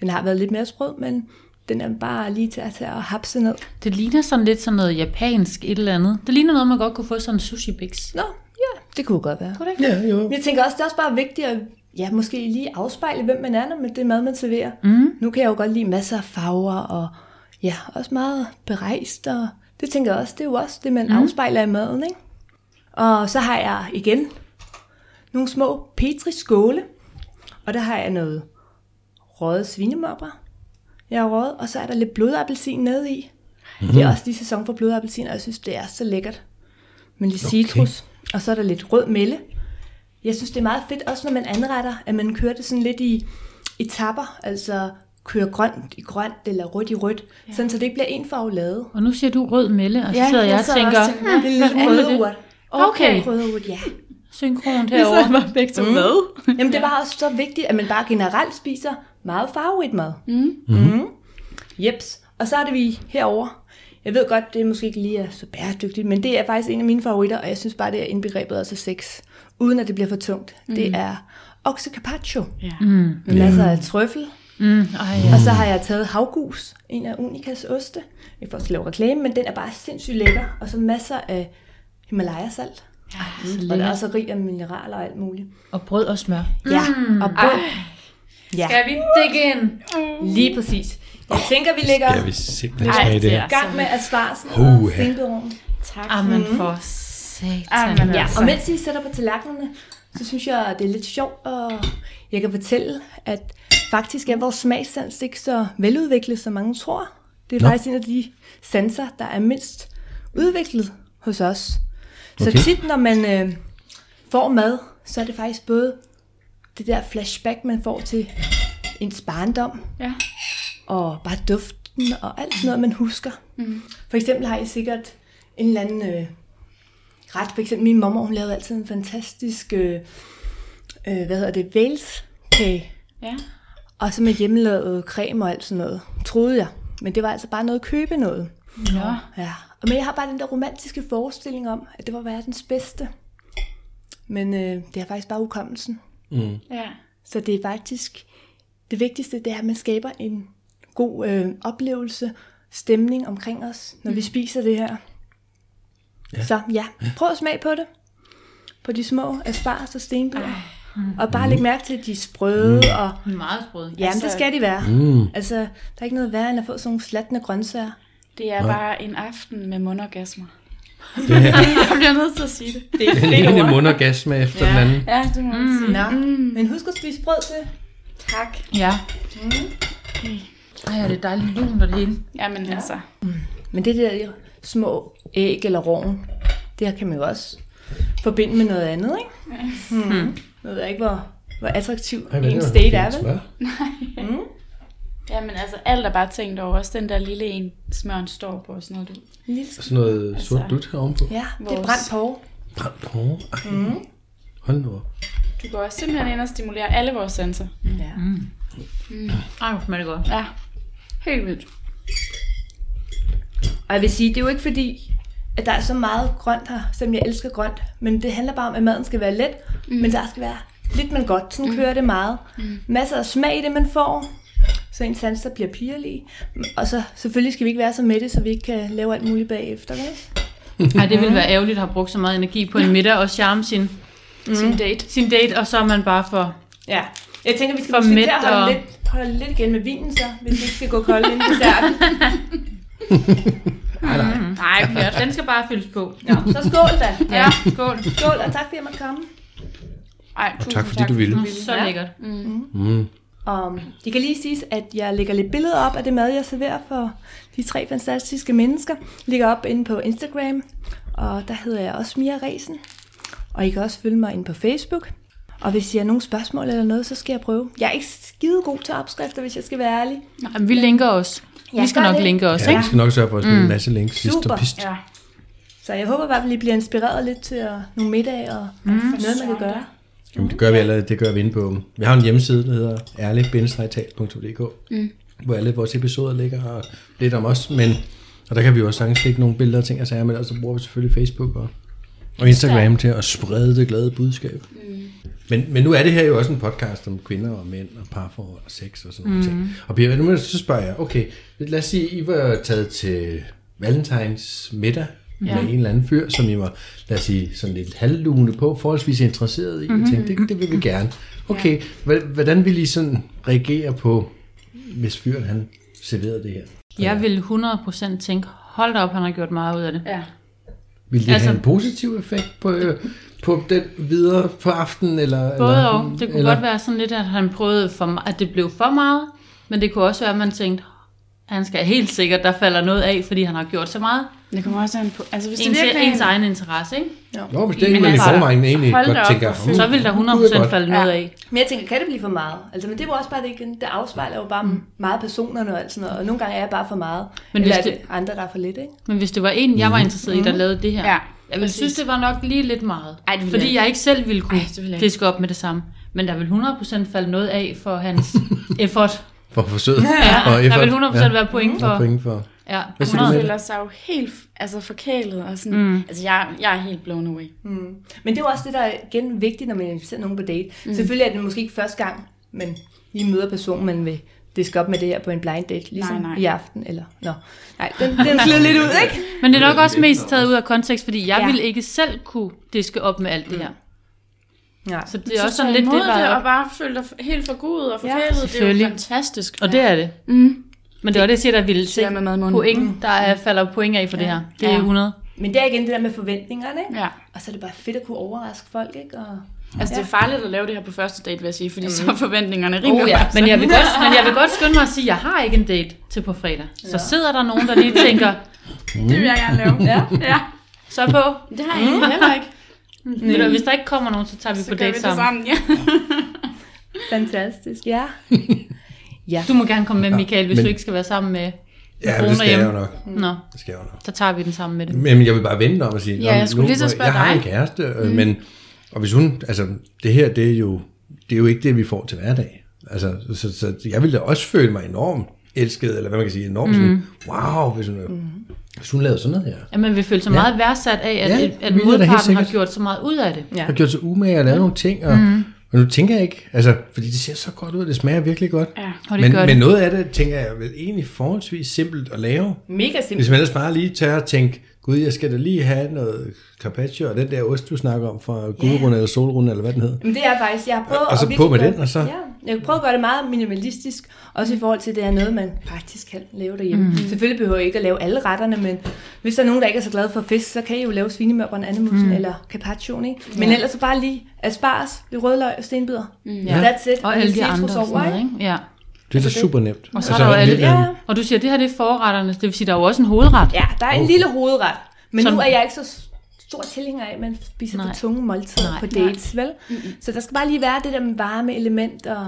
S5: Den har været lidt mere sprød, men den er bare lige til at tage og hapse ned.
S2: Det ligner sådan lidt sådan noget japansk et eller andet. Det ligner noget, man godt kunne få sådan en sushi bix.
S5: Nå, ja, det kunne godt være.
S4: Ja, jo.
S5: Men Jeg tænker også, det er også bare vigtigt at ja, måske lige afspejle, hvem man er, når man det mad, man serverer. Mm. Nu kan jeg jo godt lide masser af farver, og ja, også meget berejst, og det tænker jeg også, det er jo også det, man mm. afspejler i maden, ikke? Og så har jeg igen nogle små petriskåle, og der har jeg noget røget svinemopper, jeg har røget, og så er der lidt blodappelsin nede i. Mm. Det er også lige sæson for blodappelsin, og jeg synes, det er så lækkert. Men lidt okay. citrus, og så er der lidt rød melle. Jeg synes, det er meget fedt, også når man anretter, at man kører det sådan lidt i etapper, altså kører grønt i grønt eller rødt i rødt, ja. sådan så det ikke bliver en farve lavet.
S2: Og nu siger du rød melle, og så sidder jeg og
S6: sad
S2: tænker,
S6: også og tænkte,
S2: hmm,
S5: Det er lidt
S2: hvad er
S5: røde
S2: det?
S5: urt.
S2: Okay.
S5: Røde urt, ja.
S2: synkront herovre.
S6: var begge to med.
S5: Jamen, det er bare også så vigtigt, at man bare generelt spiser meget farverigt mad. Mm. Mm. Jeps. Og så er det vi herover. Jeg ved godt, det er måske ikke lige er så bæredygtigt, men det er faktisk en af mine favoritter, og jeg synes bare, det er indbegrebet også af sex, uden at det bliver for tungt. Mm. Det er okse carpaccio.
S6: Ja.
S5: Mm. Med masser af trøffel.
S2: Mm, ej, ja.
S5: Og så har jeg taget havgus, en af Unikas oste. Jeg får også lave reklame, men den er bare sindssygt lækker. Og så masser af Himalaya-salt.
S2: så
S5: Og der er
S2: lækkert.
S5: også rig af mineraler og alt muligt.
S2: Og brød og smør.
S5: Ja, og bund. Ja,
S2: Skal vi dække ind?
S5: lige præcis. Jeg tænker, vi lægger
S4: Skal vi simpelthen
S6: Ej,
S4: smage det
S6: det
S4: her?
S6: er-
S5: i gang med asparsen og
S4: Puha.
S5: stenberoven.
S6: Tak.
S2: Amen for
S6: Amen,
S2: satan.
S6: ja.
S5: Ja,
S6: Altså.
S5: og mens I sætter på tallerkenerne, så synes jeg, det er lidt sjovt, og jeg kan fortælle, at faktisk er vores smagssans ikke så veludviklet, som mange tror. Det er Nå. faktisk en af de sanser, der er mindst udviklet hos os. Så
S4: Okay.
S5: okay. tit, når man øh, får mad, så er det faktisk både det der flashback, man får til ens barndom,
S6: Ja.
S5: og bare duften og alt sådan noget, man husker. Mm. For eksempel har I sikkert en eller anden øh, ret. For eksempel min mormor, hun lavede altid en fantastisk, øh, øh, hvad hedder det, valskage.
S6: Ja.
S5: Og så med hjemmelavet creme og alt sådan noget, troede jeg. Men det var altså bare noget at købe noget.
S6: Nå.
S5: Ja. Og men jeg har bare den der romantiske forestilling om, at det var verdens bedste. Men øh, det er faktisk bare ukommelsen.
S6: Ja.
S5: Så det er faktisk det vigtigste, det er, at man skaber en god øh, oplevelse, stemning omkring os, når mm. vi spiser det her. Ja. Så ja, prøv at smage på det. På de små asparges og stenbøger. Og bare læg mærke til, at de er sprøde, mm. og
S2: Meget sprød.
S5: ja, altså,
S6: Altså-
S5: det skal de være. Mm. Altså, der er ikke noget værre, end at få sådan nogle slattende grøntsager.
S6: Det er bare en aften med mundorgasmer.
S4: Det her
S6: Jeg bliver nødt til at sige det. Det er
S4: den ene mundorgasme efter den anden.
S6: Ja, det må man sige.
S5: Nå, mm. men husk at spise brød til.
S6: Tak.
S2: Ja. Ej, og det er dejligt lunt og det hele.
S6: Jamen ja. altså.
S5: Men det der små æg eller rogn, det her kan man jo også forbinde med noget andet, ikke? Mm. Jeg ved ikke, hvor, hvor attraktiv
S4: Ej,
S5: Ej,
S4: hvad
S5: en
S4: det
S5: state
S4: var?
S5: er, vel?
S4: Smør.
S6: Jamen altså, alt er bare tænkt over. Også den der lille en, smøren står på og sådan noget. Du.
S5: Lille sk-
S4: Sådan noget sort dut her ovenpå.
S5: Ja, det er
S6: Vores-
S5: brændt porre.
S4: Brændt hår. Ej. Hold nu op.
S6: du går også simpelthen ind og stimulerer alle vores sanser.
S5: Ja. Mm.
S2: Ej, hvor smager det godt.
S6: Ja. Helt vildt.
S5: Og jeg vil sige, det er jo ikke fordi, at der er så meget grønt her, som jeg elsker grønt. Men det handler bare om, at maden skal være let, mm. men der skal være lidt, men godt. Sådan mm. kører det meget. Mm. Masser af smag i det, man får. Så en sans, der bliver pigerlig. Og så selvfølgelig skal vi ikke være så mætte, så vi ikke kan lave alt muligt bagefter, vel?
S2: Ej, det ville være ærgerligt at have brugt så meget energi på en middag og charme sin,
S6: Mm. Sin date.
S2: sin date, og så er man bare for...
S5: Ja, jeg tænker, vi skal
S2: For
S5: måske til
S2: mæt
S5: at holde,
S2: og-
S5: lidt, holde lidt igen med vinen så, hvis vi ikke skal gå kold ind i desserten.
S4: Ej, nej.
S2: Nej, Pjat, den skal bare fyldes på.
S5: Nå, så skål da.
S2: Ja, skål.
S5: Skål, og tak fordi jeg måtte komme.
S6: Ej, tusind
S4: tak, fordi du ville.
S2: Mm, Så
S5: Ja.
S2: lækkert.
S5: Og det kan lige siges, at jeg lægger lidt billeder op af det mad, jeg serverer for de tre fantastiske mennesker. Ligger op inde på Instagram, og der hedder jeg også Mia Resen. Og I kan også følge mig inde på Facebook. Og hvis I har nogle spørgsmål eller noget, så skal jeg prøve. Jeg er ikke skide god til opskrifter, hvis jeg skal være ærlig.
S2: Jamen, vi linker os.
S5: Ja,
S2: Vi skal
S5: gør
S2: nok
S5: det.
S2: linke os,
S4: Ja,
S2: Altså, ikke?
S4: vi skal nok sørge for at smide en masse links. hist og
S5: Super.
S4: pist.
S6: Ja.
S5: Så jeg håber i hvert fald, I bliver inspireret lidt til at, nogle middage og mm. noget, man kan gøre.
S4: Jamen, det gør vi allerede, det gør vi inde på. Vi har en hjemmeside, der hedder ærlig mm. hvor alle vores episoder ligger og lidt om os, men og der kan vi jo også sagtens lægge nogle billeder og ting og sager, men ellers så bruger vi selvfølgelig Facebook og, og Instagram til at sprede det glade budskab. Mm. Men, men nu er det her jo også en podcast om kvinder og mænd og parforhold og sex og sådan mm. noget. Og Pia, nu må- så spørger jeg, okay, lad os sige, I var taget til Valentines middag ja. med en eller anden fyr, som I var, lad os sige, sådan lidt halvlune på, forholdsvis interesseret i. Mm-hmm.
S2: Mhm.
S4: Jeg tænkte, det, det vil vi gerne. Okay, ja. hvordan vil I sådan reagere på, hvis fyren han serverede det her?
S2: Jeg vil 100% tænke, hold da op, han har gjort meget ud af det.
S6: ja.
S4: Vil det altså,
S2: Altså-
S4: have en positiv effekt på, øh, på den videre på aftenen? Eller,
S2: Både
S4: eller,
S2: og. Det kunne eller... godt være sådan lidt, at han prøvede, for, me- at det blev for meget, men det kunne også være, at man tænkte, han skal helt sikkert, der falder noget af, fordi han har gjort så meget.
S6: Det kommer også an på... Altså, hvis
S2: Ens,
S6: det virkelig
S2: ens egen interesse, ikke?
S4: Nå, hvis det er en,
S2: Men
S4: man i
S2: altså,
S4: forvejen egentlig
S6: hold da
S4: godt
S6: op,
S4: tænker. "Hmm,
S6: hvor fedt.
S2: Så vil der
S4: Mm. det er godt.
S2: 100% falde noget af.
S5: Men jeg tænker, kan det blive for meget? Altså, men det var også bare det igen. Det afspejler jo bare mm. meget personerne og alt sådan noget. Og nogle gange er jeg bare for meget. Men
S2: Men
S5: eller
S2: hvis
S5: det... andre, der er for lidt, ikke?
S2: Men hvis det var en, jeg var
S4: Mhm.
S2: interesseret i, der lavede det her,
S6: Mhm. Ja,
S2: jeg ville
S6: præcis.
S2: synes, det var nok lige lidt meget.
S6: Ej, det ville jeg
S2: fordi
S6: ikke.
S2: jeg ikke selv ville kunne
S6: Ej, det ville jeg ikke.
S2: diske op med det samme. Men der vil 100% falde noget af for hans effort.
S4: For forsøget.
S2: Ja,
S4: og
S2: der
S4: effort.
S2: vil 100% ja. være point
S4: Og
S2: for.
S4: point for.
S2: Ja,
S4: Hvad siger du,
S2: 100.
S4: Mette?
S6: føler sig jo helt altså, forkælet. Og sådan. Mm. Altså, jeg, jeg er helt blown away.
S5: Mm. Men det er jo også det, der er igen vigtigt, når man inviterer nogen på date. Mm. Selvfølgelig er det måske ikke første gang, men I møder personen, man vil diske op med det her på en blind date, ligesom nej,
S6: Nej,
S5: nej.
S6: nej.
S5: i aften. Eller, nå, nej, den, den slid lidt ud, ikke?
S2: Men det er nok også mest taget ud af kontekst, fordi jeg
S5: Ja.
S2: ja. ville ikke selv kunne diske op med alt det her.
S5: Nej.
S2: Så det er også
S6: så
S2: sådan lidt det,
S6: det,
S2: der...
S6: og bare føle dig helt forgudet og forkælet. Ja, det er jo
S2: selvfølgelig.
S6: fantastisk.
S2: Og det er det.
S6: Mm.
S2: Men det var det, jeg siger, der ville se
S6: Siger med mad i munden.
S2: point. Der er, falder point af for det her. Det er
S6: Ja.
S2: 100.
S5: Men det er igen det der med forventningerne, ikke?
S6: Ja.
S5: Og så er det bare fedt at kunne overraske folk, ikke? Og...
S6: Altså, det er farligt at lave det her på første date, vil jeg sige, fordi mm. så er forventningerne rimelig
S5: Oh, ja.
S6: opsat.
S2: Men jeg, vil godt, men jeg vil godt skynde mig at sige, at jeg har ikke en date til på fredag. Så sidder der nogen, der lige tænker,
S6: Det vil jeg gerne lave. ja. ja.
S2: så på.
S6: Mm. Det har jeg egentlig heller ikke.
S2: Ved du, hvis der ikke kommer nogen, så tager vi
S6: Mm. Så
S2: på
S6: gør
S2: date
S6: vi det
S2: sammen.
S6: sammen. Ja.
S5: Fantastisk, ja.
S2: Du må gerne komme med, Michael, hvis
S4: Men-
S2: du ikke skal være sammen med
S4: Ja,
S2: kroner
S4: det skal jeg jo
S2: hjemme.
S4: nok.
S6: Mm.
S2: Nå,
S4: Det skal jeg jo nok.
S2: så tager vi den sammen med det.
S4: Men jeg vil bare vente om og sige,
S6: Ja,
S4: "Nå,
S6: jeg skulle
S4: nu-
S6: lige så spørge
S4: jeg har
S6: dig."
S4: en kæreste, mm. men og hvis hun, altså det her, det er jo, det er jo ikke det, vi får til hverdag. Altså, så, så jeg ville da også føle mig enormt elsket, eller hvad man kan sige, enormt mm. sådan, wow, hvis hun, mm. hvis hun lavede sådan noget her.
S2: At man vil føle sig meget værdsat af, at,
S4: Ja,
S2: ja,
S4: det
S2: at
S4: vil jeg da helt
S2: modparten
S4: sikkert.
S2: har gjort så meget ud af det.
S5: Ja.
S4: har gjort sig umage og lavet nogle ting, og, mm. og nu tænker jeg ikke, altså, fordi det ser så godt ud, det smager virkelig godt.
S6: Ja,
S2: og det
S4: men,
S2: gør det.
S4: men noget af det, tænker jeg, er vel egentlig forholdsvis simpelt at lave.
S5: Mega simpelt.
S4: Hvis man ellers bare lige tør at tænke, gud, jeg skal da lige have noget carpaccio, og den der ost, du snakker om fra gulerunde eller solrunde, eller hvad den hed.
S5: Men det er faktisk, jeg har prøvet
S4: Og så
S5: at
S4: på
S5: virkelig
S4: med
S5: gøre-
S4: den, og så-
S5: Ja, jeg har prøvet at gøre det meget minimalistisk, også i forhold til, at det er noget, man faktisk kan lave derhjemme. Mm. Selvfølgelig behøver I ikke at lave alle retterne, men hvis der er nogen, der ikke er så glade for fisk, så kan I jo lave svinemørberen, andemusen mm. eller carpaccioen, ikke? Men ellers så bare lige asparges, lidt rødløg og stenbider. Mm. That's it.
S2: Og alle de
S5: lidt
S2: andre
S5: citrus
S2: og sådan
S5: over,
S2: noget, ikke? Ja.
S4: Det er da Altså, super nemt.
S2: Og så er der jo alle...
S5: virkelig-
S2: Ja. Og du siger, det her det er forretterne, det vil sige, der er jo også en hovedret.
S5: Ja, der er
S4: Oh.
S5: en lille hovedret, men
S2: Sådan.
S5: nu er jeg ikke så stor tilhænger af, at man spiser
S2: Nej.
S5: for tunge måltider
S2: Nej.
S5: på dates, vel? Mm-hmm. Så der skal bare lige være det der varme element og...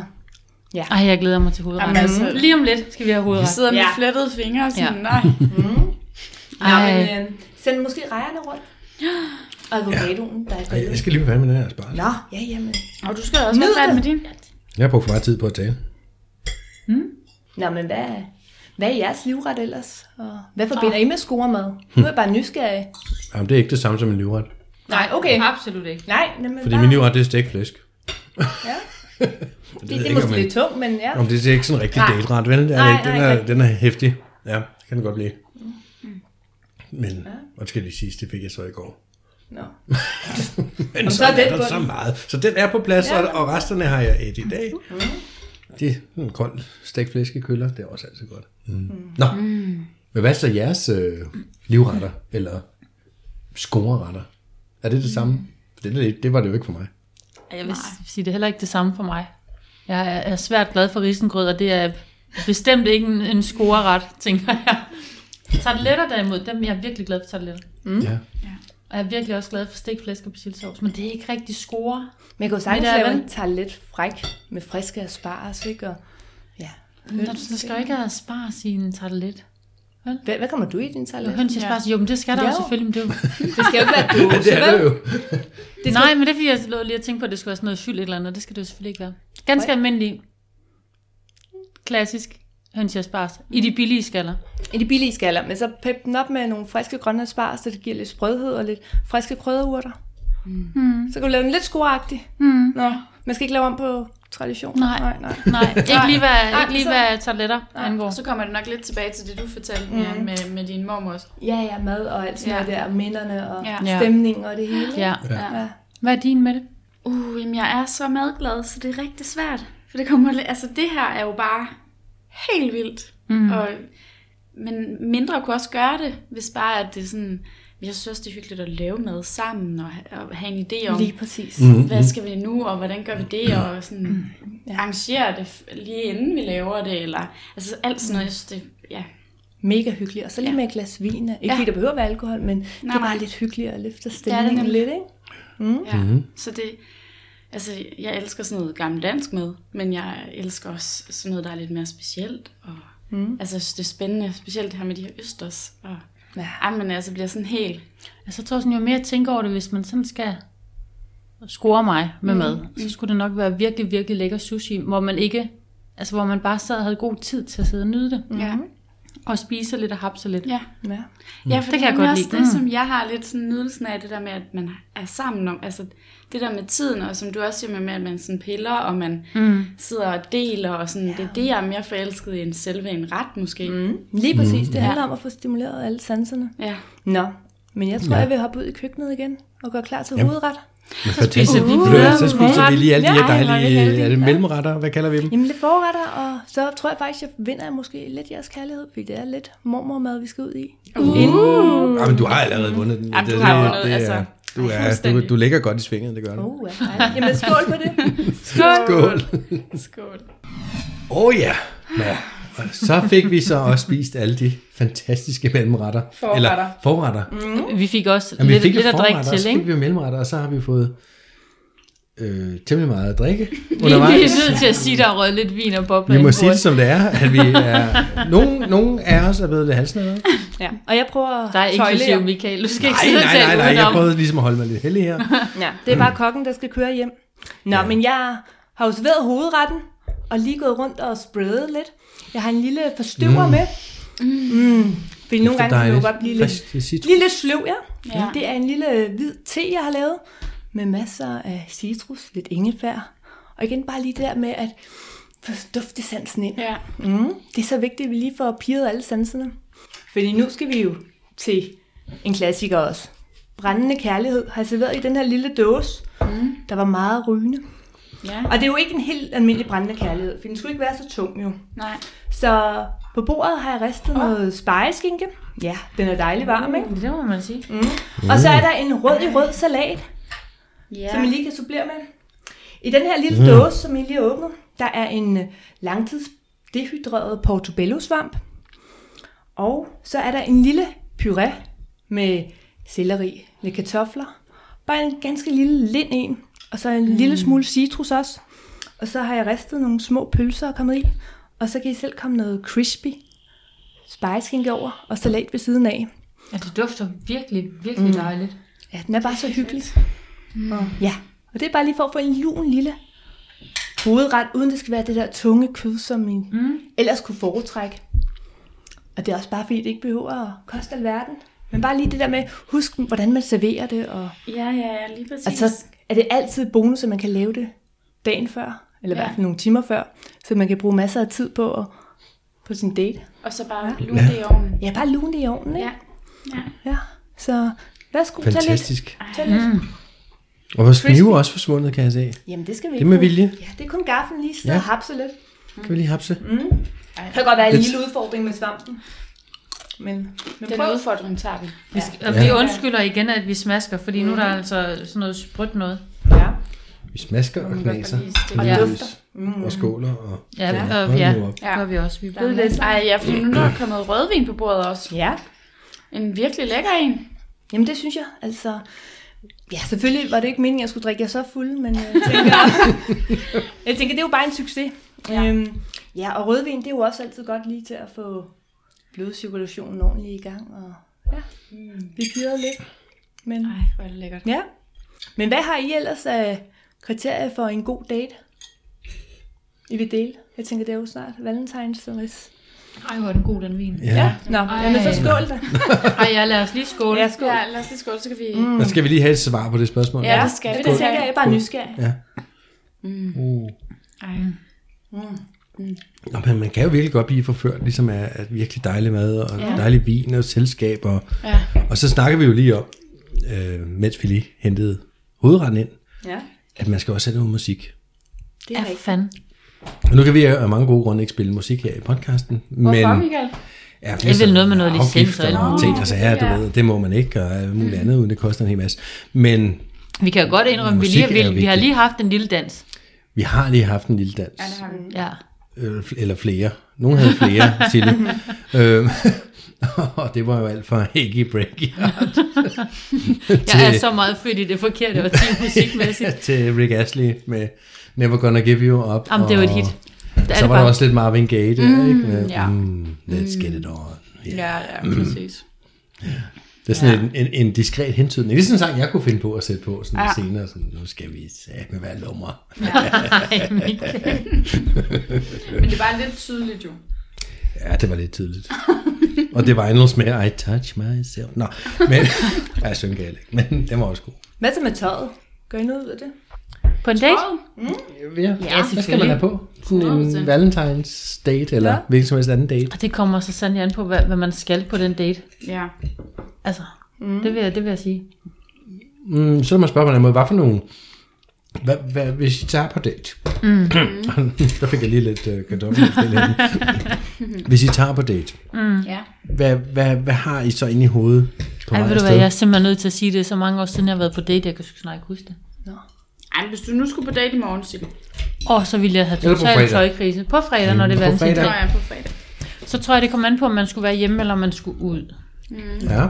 S2: Ej, jeg glæder mig til hovedretten.
S6: Jamen, altså-
S2: Lige om lidt skal vi have hovedret.
S6: Jeg sidder med
S5: Ja.
S6: flettede fingre og sådan, nej.
S5: Ja,
S2: Ej.
S5: men øh, send måske rejerne rundt. Og avocadoen, der er
S4: Ej, Jeg
S5: grillet.
S4: skal lige være med den her spars.
S5: Nå, ja, jamen.
S6: Og du skal også være
S5: Nyd
S6: færdig
S5: det.
S6: med din.
S4: Jeg har brugt for meget tid på at tale.
S5: Nå, men hvad, hvad er jeres livret ellers? Og hvad forbinder
S2: Ah.
S5: I med scoremad? Nu er jeg bare nysgerrig.
S4: Jamen, det er ikke det samme som en livret.
S5: Nej, okay.
S2: Absolut ikke.
S5: Nej, nemlig
S4: Fordi
S5: bare,
S4: min livret, det er stegt flæsk.
S5: Ja. det,
S4: ved
S5: det,
S4: jeg
S5: er
S4: ikke,
S5: måske
S4: om-
S5: lidt tungt, men ja.
S4: Om det er ikke sådan en rigtig
S5: Nej.
S4: dateret, vel? Det er
S5: Nej,
S4: det ikke. Den,
S5: nej,
S4: er,
S5: nej. Mm.
S4: den er hæftig. Ja, det kan den godt blive. Men, og det skal lige sige, det fik jeg så i går.
S5: Nå.
S4: Men så,
S5: så er
S4: er
S5: den
S4: der
S5: på
S4: så
S5: den.
S4: meget. Så den er på plads, ja. og, og resterne har jeg et i dag. Det er en kold stegt flæskekøller. Det er også altid godt. Mm. Nå, Men hvad er så jeres øh, livretter, eller skoreretter? Er det det
S5: Mm.
S4: samme? Det, det, det var det jo ikke for mig.
S2: Jeg vil s- sige, det er heller ikke det samme for mig. Jeg er- er svært glad for risengrød, og det er bestemt ikke en, en scoreret, tænker jeg. Tarteletter derimod, dem jeg er virkelig glad for tarteletter.
S4: Mm. Ja.
S2: Og jeg er virkelig også glad for stikflæsk og persillesovs, men det er ikke rigtig score.
S5: Men jeg kan jo sagtens
S2: Men der er
S5: lave
S2: vel-
S5: en tarlet fræk med friske asparges, ikke? Og, ja.
S2: Der, der skal jo ikke have spars i en tartelet.
S5: Hvad, hvad kommer du i din tarlet?
S2: Høns, jeg spars. Jo, men det skal der
S5: Ja.
S2: jo selvfølgelig. Men det er jo...
S5: Det skal jo ikke være dåse,
S4: Det er det
S5: vel?
S4: jo.
S2: Nej, men det er fordi, jeg lå lige og tænkte på, at det skulle være sådan noget fyld et eller andet. og Det skal det jo selvfølgelig ikke være. Ganske almindelig, klassisk høns, jeg spars. I de billige skaller.
S5: I de billige skaller, men så pep den op med nogle friske grønne asparges, så det giver lidt sprødhed og lidt friske krydderurter. Mm. Så kan du lave den lidt skoagtig. Mm. Nå, man skal ikke lave om på tradition.
S2: Nej.
S5: nej, nej.
S2: Nej, ikke lige hvad,
S5: Nej,
S2: ikke lige
S5: så-
S2: hvad tarteletter angår.
S6: Så kommer det nok lidt tilbage til det, du fortalte mm. ja, med, med din mormor.
S5: Ja, ja, mad og alt sådan
S6: Ja.
S5: ja. noget der, og minderne og
S6: Ja.
S5: ja. stemningen og det hele.
S2: Ja.
S5: Ja.
S2: Hvad er din med det?
S6: Uh, jamen jeg er så madglad, så det er rigtig svært. For det kommer, lidt- altså det her er jo bare helt vildt. Mm. Og, men mindre kunne også gøre det, hvis bare at det er sådan, jeg synes også det er hyggeligt at lave mad sammen, og, ha- og have en idé om,
S5: Lige præcis.
S6: mm. hvad skal vi nu, og hvordan gør vi det, og sådan Mm, ja. arrangere det f- lige inden vi laver det, eller altså alt sådan noget, jeg synes det, ja.
S5: Mega hyggeligt. Og så lige
S6: Ja.
S5: med et glas vin. Ikke
S6: Ja.
S5: fordi der behøver at være alkohol, men Nej. det
S6: Nej,
S5: er
S6: nej.
S5: bare lidt hyggeligt at løfte
S6: er det
S5: stemningen
S6: nemlig.
S5: lidt, ikke?
S6: ja. Mm. Så det, altså jeg elsker sådan noget gammel dansk med, men jeg elsker også sådan noget, der er lidt mere specielt, og mm. altså jeg synes, det er spændende, specielt det her med de her østers, og
S5: Ja.
S6: ja. men altså bliver sådan helt,
S2: Altså, jeg tror sådan, jo mere jeg tænker over det, hvis man sådan skal score mig med mad, så skulle det nok være virkelig, virkelig lækker sushi, hvor man ikke, altså hvor man bare sad og havde god tid til at sidde og nyde det,
S6: mm. ja,
S2: og spise lidt og habse lidt.
S6: ja.
S5: Ja.
S6: Ja, for
S2: Det
S6: det,
S2: kan jeg
S6: er
S2: godt
S6: godt også
S2: lide.
S6: det, mm.
S2: Mm.
S6: som jeg har lidt sådan nydelsen af, det der med, at man er sammen om, altså det der med tiden, og som du også siger med, med, at man sådan piller, og man mm. sidder og deler, og sådan, ja. det er det, jeg er mere forelsket i, end selve en ret måske. Mm.
S5: Lige præcis. Det handler om at få stimuleret alle sanserne.
S6: Ja.
S5: Nå, men jeg tror, jeg vil hoppe ud i køkkenet igen og gøre klar til hovedret.
S4: Men fantastisk.
S2: spiser vi
S4: Ved du hvad,
S2: videre.
S4: Så spiser vi lige alle de her
S2: Ja, ej, hvor er det
S4: dejlige er det mellemretter. Hvad kalder vi dem?
S5: Jamen lidt forretter, og så tror jeg faktisk, jeg vinder måske lidt jeres kærlighed, fordi det er lidt mormormad, vi skal ud i. Uh. Inden...
S4: Ja, Mm. Ah, men du har allerede vundet den.
S6: Jamen, du har vundet,
S4: det,
S6: altså.
S4: er, du, er, du,
S6: fuldstændig.
S4: du ligger godt i svinget, det gør du.
S5: Uh, ja, dejligt. Jamen skål på det.
S4: Skål.
S6: Skål.
S4: Åh oh, ja. ja. Og så fik vi så også spist alle de fantastiske mellemretter.
S6: Forretter.
S4: Eller forretter. Mm.
S2: Vi fik også
S4: Jamen, vi
S2: lidt,
S4: fik
S2: lidt at
S4: forretter,
S2: drikke
S4: og så
S2: til,
S4: fik
S2: ikke?
S4: vi mellemretter, og så har vi fået øh, temmelig meget at drikke
S2: Vi vi
S4: undervejs.
S2: er nødt til at sige, der er røget lidt vin og bobler.
S4: Vi
S2: ind
S4: må
S2: på
S4: sige det,
S2: os.
S4: som det er, at vi er... Nogen, nogen af os er blevet lidt halsnede.
S5: Ja. Og jeg prøver at
S2: Der er
S5: tøjle jer.
S2: inklusiv Michael, du skal ikke
S4: Nej,
S2: sidde og
S4: nej,
S2: tale
S4: nej, nej. Jeg
S2: udenom.
S4: prøvede ligesom at holde mig lidt heldig her.
S5: Ja, det er bare kokken, der skal køre hjem. Nå, ja. men jeg har jo serveret hovedretten, og lige gået rundt og spredet lidt. Jeg har en lille forstøver mm. med. Mm. Fordi nogle gange kan det jo godt blive lidt,
S4: Frisk citron.
S5: lige lidt sløv, ja.
S6: Ja.
S5: ja. Det er en lille øh, hvid te, jeg har lavet, med masser af citrus, lidt ingefær. Og igen bare lige der med at få duftesansen ind.
S6: Ja.
S5: Mm. Det er så vigtigt, at vi lige får pirret alle sanserne. Fordi nu skal vi jo til en klassiker også. Brændende kærlighed har jeg serveret i den her lille dåse, mm. der var meget rygende.
S6: Ja.
S5: Og det er jo ikke en helt almindelig brændende kærlighed, for den skulle ikke være så tung jo.
S6: Nej.
S5: Så på bordet har jeg ristet oh. noget spejeskinke. Ja, den er dejlig
S6: Mm.
S5: varm, ikke?
S2: Det må man sige.
S5: Og så er der en rød i rød salat,
S6: Ja.
S5: som I lige kan supplere med. I den her lille dåse, som I lige har åbnet, der er en øh, langtidsdehydreret portobello-svamp. Og så er der en lille puré med selleri, lidt kartofler, bare en ganske lille lind en, og så en mm. lille smule citrus også. Og så har jeg ristet nogle små pølser og kommet i, og så kan I selv komme noget crispy spejskinke over og salat ved siden af.
S2: Ja, det dufter virkelig, virkelig dejligt.
S5: Ja, den er bare så hyggelig. Mm. Og, ja, og det er bare lige for at få en lun lille hovedret, uden det skal være det der tunge kød, som min mm. ellers kunne foretrække. Og det er også bare fordi, det ikke behøver at koste alverden. Men bare lige det der med, husk hvordan man serverer det. Og,
S6: Ja, ja, ja, lige præcis.
S5: og så er det altid bonus, at man kan lave det dagen før, eller i
S6: Ja.
S5: hvert fald nogle timer før, så man kan bruge masser af tid på, at, på sin date.
S6: og så bare lune det i ovnen.
S5: Ja, bare lune det i ovnen, ikke?
S6: Ja. Ja.
S5: ja. Så værsgo, tag lidt.
S4: Fantastisk.
S5: Tag lidt.
S4: Og vores knive er også forsvundet, kan jeg se.
S5: Jamen, det skal vi
S4: Det med
S5: bruge.
S4: vilje.
S5: Ja, det er kun gaffen lige sidde
S4: Ja.
S5: ja. og hapse lidt.
S4: Kan vi lige hapse?
S5: Det kan godt være en
S4: Lidt.
S5: lille udfordring med svampen. Men, men
S6: Den
S5: prøv.
S6: udfordring tager vi.
S2: Vi, skal, og vi undskylder igen, at vi smasker, fordi mm. nu er der altså sådan noget sprødt noget.
S5: Ja.
S4: Vi smasker og knaser.
S2: Og
S4: Ja.
S5: dufter.
S4: Og skåler. Og,
S2: Ja, og,
S4: hold
S2: ja,
S4: nu op.
S2: det gør vi også. Vi er
S6: Der er
S2: blevet lidt.
S6: masser. Ej, ja, fordi nu er der er kommet rødvin på bordet også.
S5: Ja.
S6: En virkelig lækker en.
S5: Jamen det synes jeg. Altså, ja, selvfølgelig var det ikke meningen, at jeg skulle drikke jer så fuld, men øh, jeg tænker, jeg tænker det er jo bare en succes. Ja. Øhm, ja, og rødvin, det er jo også altid godt lige til at få blodcirkulationen ordentligt i gang. Og, ja, vi pyrede lidt. Men,
S6: Ej, hvor er det lækkert.
S5: ja. men hvad har I ellers af kriterier for en god date? I vil dele? Jeg tænker, det er jo snart valentines, så hvis...
S2: Ej, hvor er den god, den vin.
S4: Ja.
S5: Nå, jamen, så skål da.
S2: Ej, ja, lad os lige skåle.
S5: Ja, skål.
S6: Ja,
S5: Ja,
S6: lad os lige skåle, så kan vi...
S4: Men skal vi lige have et svar på det spørgsmål?
S6: Ja, det skal vi.
S5: det tænker jeg, jeg er bare nysgerrig.
S4: Ja. Uh. Nå, men man kan jo virkelig godt blive forført ligesom af, af virkelig dejlig mad og ja. dejlig vin og selskab. Og,
S6: Ja.
S4: og så snakker vi jo lige om, øh, mens vi lige hentede hovedretten ind,
S5: Ja,
S4: at man skal også have noget musik.
S5: det
S2: Ja,
S5: er rigtigt.
S2: fanden.
S4: Og nu kan vi af mange gode grunde ikke spille musik her i podcasten.
S6: Hvorfor,
S4: men,
S6: Michael?
S4: Ja, det
S2: vel noget med noget licens
S4: afgifter
S2: eller
S4: og
S2: noget.
S4: ting, der sager,
S6: Ja.
S4: du ved, det må man ikke, og alt muligt andet, uden det koster en hel masse. Men
S2: Vi kan jo godt indrømme, vi,
S4: Musik
S2: lige,
S4: er
S2: vi, vi har
S4: vigtigt.
S2: lige haft en lille dans.
S4: vi har lige haft en lille dans,
S6: Ja, det har vi.
S2: Ja.
S4: øh, eller flere. Nogen havde flere, Sille. øhm, og det var jo alt fra Iggy Breaky
S2: Jeg er så meget født i det forkerte og til musikmæssigt.
S4: til Rick Astley med Never Gonna Give You Up.
S2: Jamen, det er jo et hit. Det er
S4: så
S2: det
S4: var der
S2: bare.
S4: også lidt Marvin Gaye der, ikke? Med,
S6: ja. Mm.
S4: mm, let's get it on. Yeah.
S6: Ja, mm-hmm. ja, præcis.
S4: Det er sådan ja. en, en, en diskret hentydning. Det er sådan en sang, jeg kunne finde på at sætte på sådan ja. senere. Sådan, nu skal vi med være lummer.
S2: Ej, Michael.
S6: Men det er bare lidt tydeligt jo.
S4: Ja, det var lidt tidligt. og det var Engels med I touch myself. Nå, men... Ja, jeg synger ikke, men den var også god.
S5: Hvad så med tøjet? Gør I noget ud af det?
S2: På en date?
S4: Ja, Hvad skal man
S2: selvfølgelig.
S4: have på? Sådan en
S6: 100%.
S4: valentines date, eller
S5: Ja.
S4: ja. hvilken som helst anden date.
S2: Og det kommer så sandelig an på, hvad, hvad man skal på den date.
S6: Ja.
S2: Altså, mm. det, vil jeg, det vil jeg sige.
S4: Mm, så må man spørge på en anden måde, hvad for nogen... Hvad, hvad, hvis I tager på date... Mm. der fik jeg lige lidt øh, kartoffel. i skalaen. hvis I tager på date,
S6: Ja.
S4: hvad, hvad, hvad har I så inde i hovedet på
S2: Ej,
S4: vej
S2: ved du
S4: afsted?
S2: hvad, jeg er simpelthen nødt til at sige det. Så mange år siden, jeg har været på date, jeg kan sgu snart ikke huske det.
S6: Ej, men hvis du nu skulle på date i morgen, Sille.
S2: Og så ville jeg have
S4: Eller på
S2: totalt
S4: fredag. Mm,
S2: tøjkrise. På fredag, når det
S4: på
S2: er
S4: fredag.
S2: vanskelig
S6: Nå ja, på fredag.
S2: Så tror jeg, det kom an på, om man skulle være hjemme, eller om man skulle ud.
S4: Ja.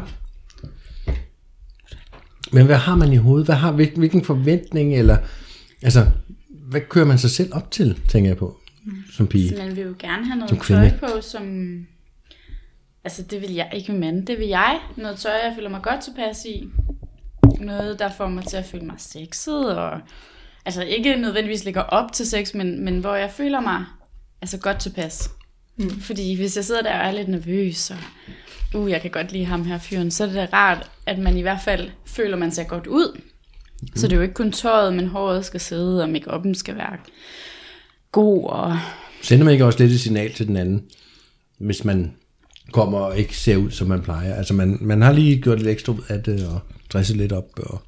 S4: Men hvad har man i hovedet? Hvad har, hvil- hvilken forventning, eller altså, hvad kører man sig selv op til, tænker jeg på, som
S6: Så
S4: pige?
S6: man vil jo gerne have
S4: Som
S6: noget
S4: kvinde.
S6: tøj på, som... Altså, det vil jeg ikke med manden. Det vil jeg. Noget tøj, jeg føler mig godt tilpas i. Noget, der får mig til at føle mig sexet, og... Altså, ikke nødvendigvis ligger op til sex, men, men hvor jeg føler mig altså godt tilpas. Mm. Fordi hvis jeg sidder der og er lidt nervøs, og uh, jeg kan godt lide ham her fyren, så er det da rart, at man i hvert fald føler, man ser godt ud. Mm. Så det er jo ikke kun tøjet, men håret skal sidde, og make skal være god, og
S4: Sender man ikke også lidt et signal til den anden, hvis man kommer og ikke ser ud, som man plejer? Altså, man, man har lige gjort lidt ekstra ud af det, og dresset lidt op, og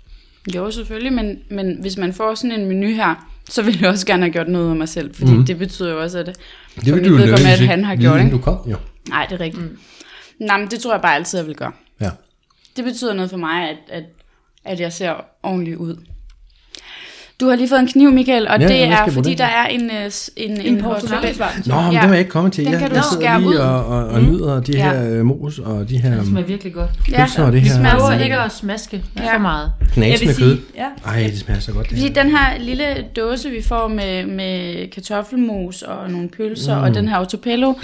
S6: Jo, selvfølgelig, men, men hvis man får sådan en menu her, så vil jeg også gerne have gjort noget af mig selv, fordi mm. det betyder jo også, at det,
S4: det
S6: mit vedkommende, at han har
S4: lige
S6: gjort,
S4: inden
S6: ikke?
S4: du kom, jo.
S6: Nej, det er rigtigt. Mm. Nej, men det tror jeg bare altid, jeg vil gøre.
S4: Ja.
S6: Det betyder noget for mig, at, at, at jeg ser ordentligt ud. Du har lige fået en kniv, Michael, og
S4: Ja,
S6: ja,
S4: ja,
S6: det
S4: jeg
S6: er,
S4: skal bruge
S6: fordi
S4: den.
S6: der er en, øh, s- en, en, en portugal.
S4: Nå, men ja.
S6: Altså, Ja.
S4: det var jeg ikke kommet til.
S6: Den
S4: Jeg,
S6: kan du
S4: jeg
S6: også
S4: sidder
S6: skære
S4: lige
S6: ud. Mm.
S4: og, og, og nyder de
S6: Ja.
S4: her øh, mos og de her
S2: Det
S4: øh,
S2: smager virkelig godt.
S4: pølser og det
S6: vi
S4: her
S6: smager
S2: Prøv
S6: Altså-
S2: ikke at smaske ja.
S6: Ja.
S2: for meget.
S5: Jeg
S4: knas
S5: vil
S4: med
S5: sige,
S4: kød.
S5: ja.
S4: Ej, det smager så godt. Det
S6: Fordi
S4: her.
S6: den her lille dåse, vi får med, med kartoffelmos og nogle pølser, mm. og den her autopello,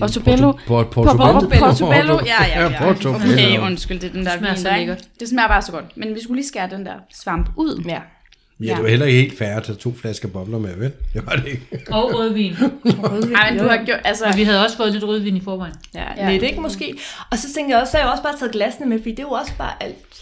S6: autopello,
S4: Porto- Porto-
S6: Por- Por-
S4: Portobello.
S6: Portobello, ja, ja,
S4: Ja,
S6: ja.
S4: Portobello.
S6: Okay, undskyld, det er den der
S2: Det smager
S6: vin,
S2: så
S6: der, ikke?
S2: lækkert.
S6: Det smager bare så godt. Men vi skulle lige skære den der svamp ud.
S5: Ja.
S4: Ja, det var heller ikke helt fair at tage to flasker bobler med, vel? Det var det ikke.
S2: Og rødvin.
S6: Ej, men du har gjort, altså...
S2: Og vi havde også fået lidt rødvin i forvejen.
S5: Ja,
S6: Ja.
S5: lidt ikke måske. Og så tænker jeg også, så har jeg også bare taget glasene med, fordi det er jo også bare alt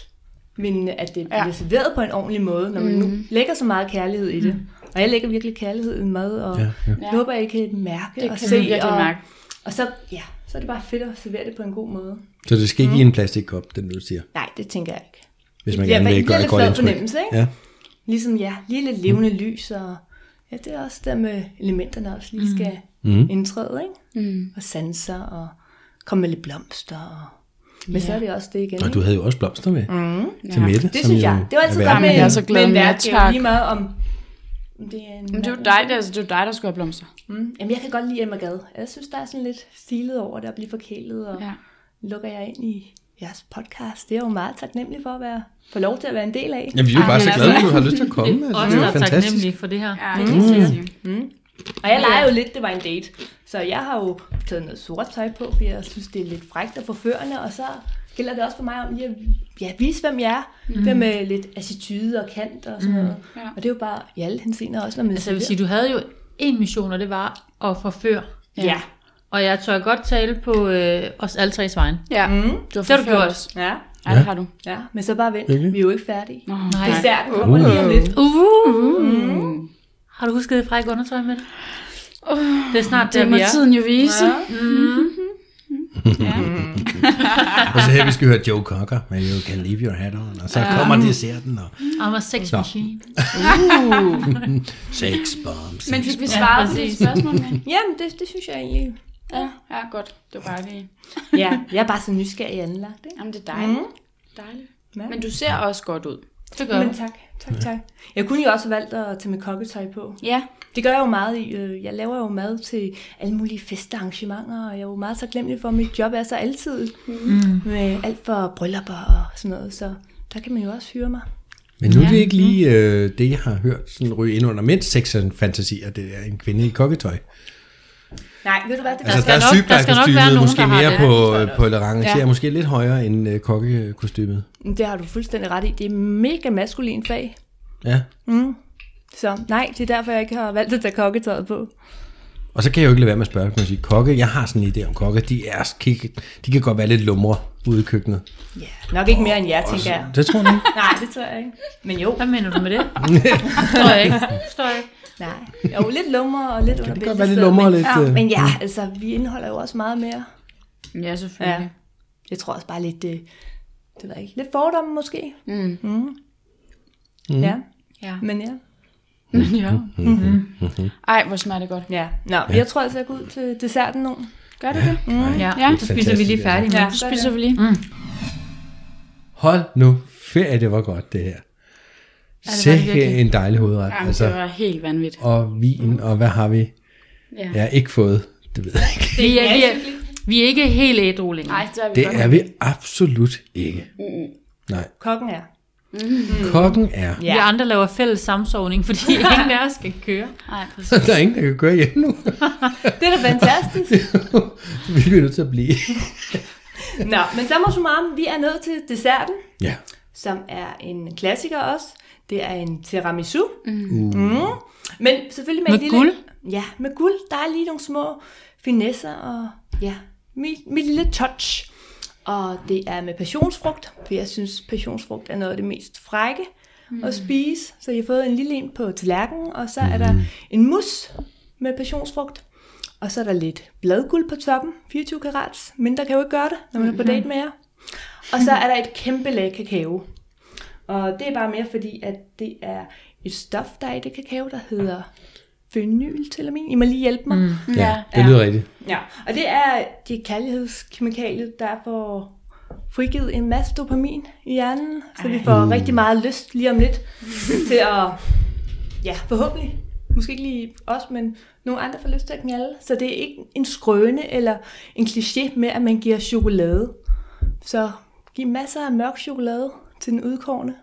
S5: vindende, at det bliver
S6: Ja. Mm.
S5: serveret på en ordentlig måde, når man nu lægger så meget kærlighed i det. Og jeg lægger virkelig kærlighed i mad, og
S4: Ja, ja.
S5: ja. håber, I kan mærke
S6: Det
S5: og
S6: kan
S5: se.
S6: vi virkelig
S5: og,
S6: mærke.
S5: og så, ja, så er det bare fedt at servere det på en god måde.
S4: Så det skal ikke i en plastikkop, den du siger.
S5: Nej, det tænker jeg ikke.
S4: Hvis man
S5: Mm. Ja,
S4: gerne
S5: men
S4: vil
S5: det er
S4: gøre et
S5: lidt
S4: godt
S5: flad
S4: indtryk.
S5: fornemmelse, ikke?
S4: Ja.
S5: Ligesom, ja, lige lidt levende lys, og ja, det Mm. er også der med elementerne også lige skal mm. indtræde, ikke? Mm. Og sanser og komme med lidt blomster. Og... Men så er det også det igen.
S4: Og
S5: ikke?
S4: du havde jo også blomster med mm. til
S6: Ja.
S4: Mette.
S5: Det
S4: som
S5: synes
S4: jo
S5: jeg. Det var altid
S4: er
S5: godt
S4: verden-
S5: med,
S7: Jamen, jeg er så glad,
S5: med en
S7: men ja,
S5: værtskab,
S7: tak.
S5: Lige meget om om det er en
S6: Men det er jo dig, der, altså, det er jo dig, der skulle have blomster.
S5: Mm. Jamen, jeg kan godt lide Emma Gad. Jeg synes, der er sådan lidt stilet over det at blive forkælet, og ja.
S6: Ja.
S5: lukker jeg ind i jeres podcast. Det er jeg jo meget taknemmelig for at være, få lov til at være en del af.
S4: Jamen, vi er jo
S2: Ej,
S4: bare
S2: men
S4: så glade,
S2: altså-
S4: at du har lyst til at komme.
S2: Det er
S4: Altså,
S2: også
S4: det er jo
S2: der er
S4: fantastisk.
S2: taknemmelig for det her.
S6: Ja, det kan jeg sige.
S5: Og jeg leger jo lidt, det var en date. Så jeg har jo taget noget sort tøj på, for jeg synes, det er lidt frækt og forførende, og så gælder det også for mig om lige at ja, vise, hvem jeg er. Mm. Det med lidt attitude og kant og sådan noget.
S6: Ja.
S5: Og det er jo bare i alle hensener også, når man
S2: Mm. Altså jeg vil sige, du havde jo en mission, og det var at forføre.
S5: ja.
S2: Og jeg tør godt tale på øh, os alle tre vejen.
S6: Ja, mm. du har
S2: Det har du
S6: forført
S2: gjort.
S6: os.
S5: ja.
S6: Ja, det har du.
S5: Ja, men så bare vent.
S4: Virkelig?
S5: Vi er jo ikke færdige.
S6: Nå,
S2: Nej.
S5: Desserten kommer lige om lidt.
S2: Uh. Mm. Har du husket det frække undertøj med det? Det er snart
S6: Det
S2: der,
S6: må
S2: vi er.
S6: tiden jo vise. Ja.
S4: Og så her, vi skal høre Joe Cocker med You Can Leave Your Hat On. Og så kommer desserten og
S2: I'm a sex machine.
S4: sex bombs.
S6: Men fik vi svaret på dine spørgsmål med?
S5: Jamen, det, det synes jeg egentlig.
S6: Ja, ja, godt. Det var bare lige...
S5: Ja, jeg er bare så nysgerrig anlagt. Ikke?
S6: Jamen, det er dejligt. Mm. Dejligt.
S5: Ja.
S6: Men du ser også godt ud.
S2: Det gør
S5: Men
S2: du.
S5: tak, tak, tak. Jeg kunne jo også have valgt at tage mit kokketøj på.
S6: Ja.
S5: Det gør jeg jo meget i. øh, Jeg laver jo mad til alle mulige festarrangementer, og jeg er jo meget taknemmelig for, at mit job er så altid mm. med alt for bryllupper og sådan noget, så der kan man jo også hyre mig.
S4: Men nu er det ikke lige øh, det, jeg har hørt sådan ryge ind under mænds sex and fantasier. Det er en kvinde i kokketøj.
S5: Nej, ved du hvad, det
S4: Altså, der,
S2: skal
S4: er
S2: nok- der skal nok være
S4: sygeplejekostymet
S2: nogen,
S4: måske
S2: der har
S4: mere
S2: det.
S4: på, på Le Range, ja. måske lidt højere end øh, kokkekostymet.
S5: Det har du fuldstændig ret i. Det er mega maskulin fag.
S4: Ja.
S5: Så nej, det er derfor, jeg ikke har valgt at tage kokketøjet på.
S4: Og så kan jeg jo ikke lade være med at spørge, kan man sige, kokke, jeg har sådan en idé om kokke, de, er, kan- de kan godt være lidt lumre ude i køkkenet.
S5: Ja, nok ikke mere end jer, tænker jeg.
S4: Det tror
S2: Mm,
S4: jeg ikke.
S5: Nej, det tror jeg ikke. Men jo,
S2: Hvad mener du med det? Forstår jeg ikke. Forstår jeg ikke.
S5: Nej. Jo, lidt lummer og lidt under
S4: Det kan godt være lidt lummer og lidt...
S5: Ja,
S4: øh,
S5: men ja, altså, vi indeholder jo også meget mere.
S6: Ja, selvfølgelig. Ja.
S5: Jeg tror også bare lidt, det, det ved jeg ikke, lidt fordomme måske. Mm. Mm. Mm. Ja.
S6: Ja.
S5: Men ja.
S6: ja. Mm-hmm. Ej, hvor smager det godt.
S5: Ja. Nå, ja. jeg tror altså, jeg går ud til desserten nu. Mm.
S6: Gør det det?
S2: Ja,
S6: Ja.
S2: så spiser vi lige færdig med.
S5: Ja,
S6: Så
S5: så
S6: spiser vi lige.
S4: Hold nu ferie, det var godt det her.
S2: var
S4: Se
S2: det
S4: her
S2: virkelig.
S4: en dejlig hovedret.
S6: Jamen,
S4: altså,
S6: det var helt vanvittigt.
S4: og vin, og hvad har vi?
S6: Ja.
S4: Jeg har ikke fået, det ved jeg ikke.
S2: Vi er, vi er, vi er ikke helt ædru længere.
S6: Ej, det er vi
S4: Det
S6: godt.
S4: er vi absolut ikke. Nej.
S5: Kokken er.
S4: Kokken er...
S2: Vi andre laver fælles samsovning, fordi ingen af os skal køre.
S6: Ej, præcis.
S4: Der er ingen, der kan køre hjem nu.
S5: Det er da fantastisk.
S4: vi bliver nødt til at blive.
S5: Nå, men sammen summarum, vi er nået til desserten,
S4: ja.
S5: som er en klassiker også. Det er en tiramisu. Mm. Mm. Men selvfølgelig med,
S2: Uh. Med
S5: et lille...
S2: guld?
S5: Ja, med guld. Der er lige nogle små finesser og ja, mit, mit lille touch. Og det er med passionsfrugt, for jeg synes, passionsfrugt er noget af det mest frække mm. at spise. Så jeg har fået en lille en på tallerkenen, og så er
S2: Mm.
S5: der en mus med passionsfrugt. Og så er der lidt bladguld på toppen, 24 karats. Mindre kan jo ikke gøre det, når man
S2: Mm.
S5: er på date med jer. Og så er der et kæmpe lag kakao. Og det er bare mere fordi, at det er et stof, der er i det kakao, der hedder phenyltelamin. I må lige hjælpe mig. Mm.
S4: ja, det lyder rigtigt.
S5: Ja, og det er det kærlighedskemikalie, der får frigivet en masse dopamin i hjernen, så vi får rigtig meget lyst lige om lidt til at, ja, forhåbentlig, måske ikke lige os, men nogle andre får lyst til at knalde. Så det er ikke en skrøne eller en kliché med, at man giver chokolade. Så giv masser af mørk chokolade til den udkårne,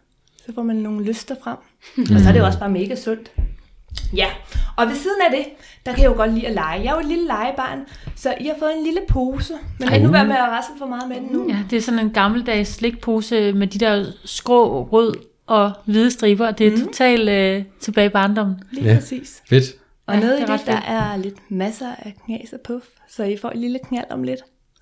S5: så får man nogle lyster frem. Og så er det jo også bare mega sundt. Ja, og ved siden af det, der kan jeg jo godt lide at lege. Jeg er jo et lille legebarn, så I har fået en lille pose. Men lad nu være med at rasse for meget med den nu.
S2: Ja, det er sådan en gammeldags slikpose med de der skrå, rød og hvide striber. Det er mm. totalt øh, tilbage i barndommen.
S5: Lige præcis.
S4: Fedt.
S5: Og ja, noget
S2: det
S5: i
S2: er
S5: det,
S2: ret
S5: der er lidt masser af knas og puff, så I får et lille knald om lidt.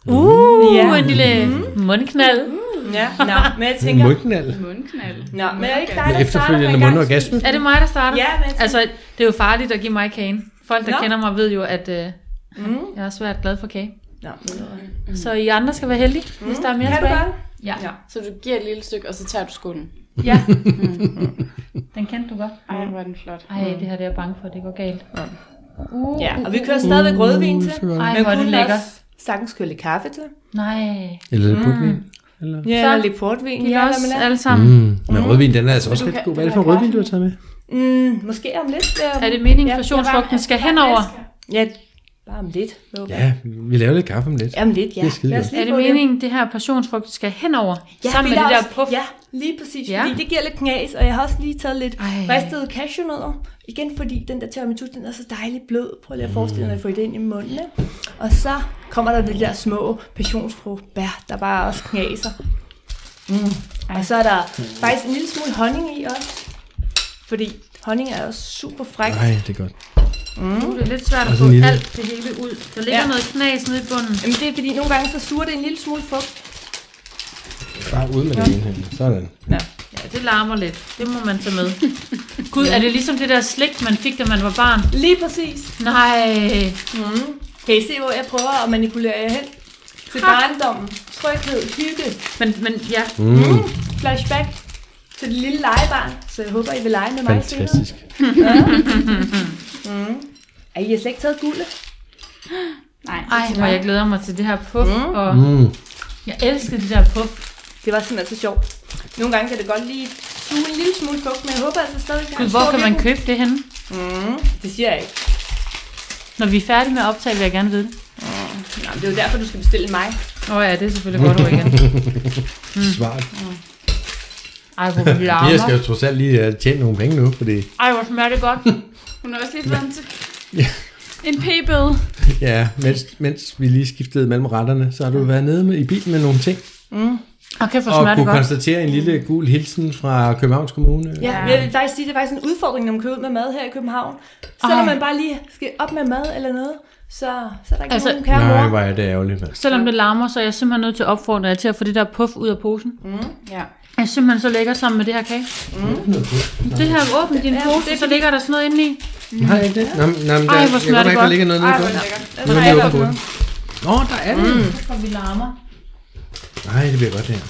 S2: Uh,
S5: Ja.
S2: en lille mundknald.
S5: Ja, nå, men jeg tænker...
S4: Mundknald.
S6: Mundknald.
S5: Nå, men er det ikke dig, der starter
S4: Mm. Efterfølgende
S5: for en gang skyld?
S4: mundorgasme.
S2: Er det mig, der starter?
S5: Ja, men jeg
S2: Altså, det er jo farligt at give mig kagen. Folk, der
S5: Nå.
S2: Nå. kender mig, ved jo, at øh, mm. jeg er svært glad for kage.
S5: Nå, men
S2: Mm. Så I andre skal være heldige, mm. hvis der er mere
S5: kan du
S2: tilbage.
S5: godt?
S2: Ja.
S5: Ja.
S2: ja,
S6: Så du giver et lille stykke, og så tager du skålen.
S2: ja. Den kendte du godt.
S6: Ej, hvor er den flot.
S2: Ej,
S4: Mm.
S2: det her det er jeg bange for, det går galt.
S5: Ja, og vi kører stadigvæk rødvin til.
S2: Ej,
S5: Men
S4: Mm,
S2: hvor er det
S5: kun
S2: lækkert.
S5: også Sagtens køre lidt kaffe til.
S2: Nej.
S4: Eller lidt portvin. Eller?
S5: Ja, og lidt portvin.
S2: Vi
S5: Ja,
S2: er også
S5: eller
S2: alle sammen. Mm.
S4: Mm, men rødvin, den er altså også
S6: Men du
S4: rigtig
S6: kan-
S4: god. Hvad er
S6: du
S4: det for en
S6: kan
S4: rødvin, du har
S6: godt.
S4: taget med?
S5: Mm, måske om lidt. øhm,
S2: Er det meningen,
S5: Ja,
S2: at
S5: ja,
S2: fusionsfrugten skal henover?
S5: ja, bare om lidt. Jo.
S4: Ja, vi laver lidt kaffe om lidt.
S5: Ja, om lidt, ja.
S4: Det er skide
S5: Lad os
S4: godt.
S5: lige
S2: Er det
S5: få
S2: meningen, det her passionsfrugt skal henover?
S5: Ja,
S2: sammen
S5: fordi
S2: med det
S5: er
S2: der
S5: også-
S2: puff?
S5: Ja, lige præcis,
S2: Ja.
S5: ja. fordi det giver lidt knas, og jeg har også lige taget lidt
S2: Ej.
S5: ristede cashewnødder. Igen, fordi den der tiramisu, den er så dejlig blød. Prøv lige at forestille dig,
S2: Mm.
S5: at få det ind i munden. Ikke? Og så kommer der de der små passionsfrugtbær, der bare også knaser. Mm. Og så er der faktisk en lille smule honning i også. Fordi honning er også super fræk.
S4: Nej, det er godt.
S2: Nu er det lidt svært at
S4: Også
S2: få
S4: Altså en lille-
S2: alt det hele ud. Der ligger
S5: Ja.
S2: noget knas nede i bunden.
S5: Jamen det er fordi, nogle gange så suger det en lille smule frugt.
S4: Bare ud med det ene her. Sådan.
S5: Ja.
S2: Ja, det larmer lidt. Det må man tage med. Gud, er det ligesom det der slik, man fik, da man var barn?
S5: Lige præcis.
S2: Nej.
S5: Kan I se, hvor jeg prøver at manipulere jer hen? Til barndommen, tryghed, hygge,
S2: Men, men ja,
S5: mm. flashback til det lille legebarn. Så jeg håber, I vil lege med mig
S4: Fantastisk.
S5: senere. Ej, I har slet ikke taget guldet.
S6: Nej,
S2: ej, hvor jeg glæder mig til det her puff. Og
S4: Mm.
S2: jeg elsker det der puff.
S5: Det var simpelthen så sjovt. Nogle gange kan det godt lige suge en lille smule fugt, men jeg håber altså stadig, at
S2: Gud, hvor kan man købe det henne?
S5: Det siger jeg ikke.
S2: Når vi er færdige med at optage, vil jeg gerne vide det.
S5: Nå, men det er jo derfor, du skal bestille mig.
S2: Åh oh, ja, det er selvfølgelig godt ord igen.
S4: Svar.
S2: Ej, hvor vi
S4: Jeg skal
S2: larmer.
S4: jo trods alt lige øh, tjene nogle penge nu, fordi...
S2: Ej, hvor smager det godt.
S6: Hun har også lige fået en, til. en p-bøde.
S4: Ja, mens, mens vi lige skiftede mellem retterne, så har du været nede med, i bilen med nogle ting.
S2: Og kæft, hvor
S4: Og
S2: smager det
S4: kunne
S2: godt.
S4: konstatere en lille gul hilsen fra Københavns Kommune.
S5: Ja, men jeg vil faktisk sige, at det er faktisk en udfordring, når man kører ud med mad her i København. Så når
S2: Ej.
S5: man bare lige skal op med mad eller noget, så, så er der ikke
S2: Altså-
S5: altså, nogen kære mor.
S4: Nej, hvor er det ærgerligt, mand.
S2: Selvom det larmer, så er jeg simpelthen nødt til at opfordre jer til at få det der puff ud af posen.
S6: Ja.
S2: Jeg er simpelthen så lækker sammen med det her kage. Mm. Det her, åbn din pose, så ligger der sådan noget indeni.
S4: Har jeg ikke det? Nå, men- nå, men
S2: Ej,
S4: der,
S2: hvor smager
S4: jeg kunne
S2: det
S4: mærke,
S2: godt.
S4: der ligger noget nede i bunden.
S5: Altså, der er
S4: Noget
S5: der
S4: nede i bunden. Nå, der er det.
S2: Og vi larmer.
S4: Nej, det bliver godt det her.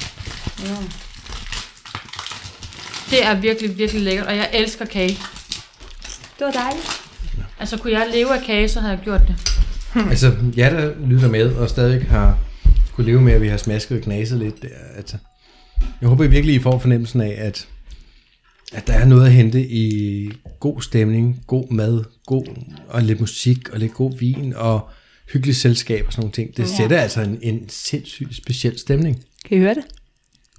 S2: Det er virkelig, virkelig lækkert, og jeg elsker kage.
S5: Det var dejligt.
S2: Altså, kunne jeg leve af kage, så havde jeg gjort det.
S4: Altså, jeg der lytter med og stadig har kunne leve med, at vi har smasket og knaset lidt. det er, Altså, jeg håber virkelig, I får fornemmelsen af, at, at der er noget at hente i god stemning, god mad, god og lidt musik og lidt god vin og hyggeligt selskab og sådan nogle ting. Det sætter altså en, en sindssygt speciel stemning.
S5: Kan I høre det?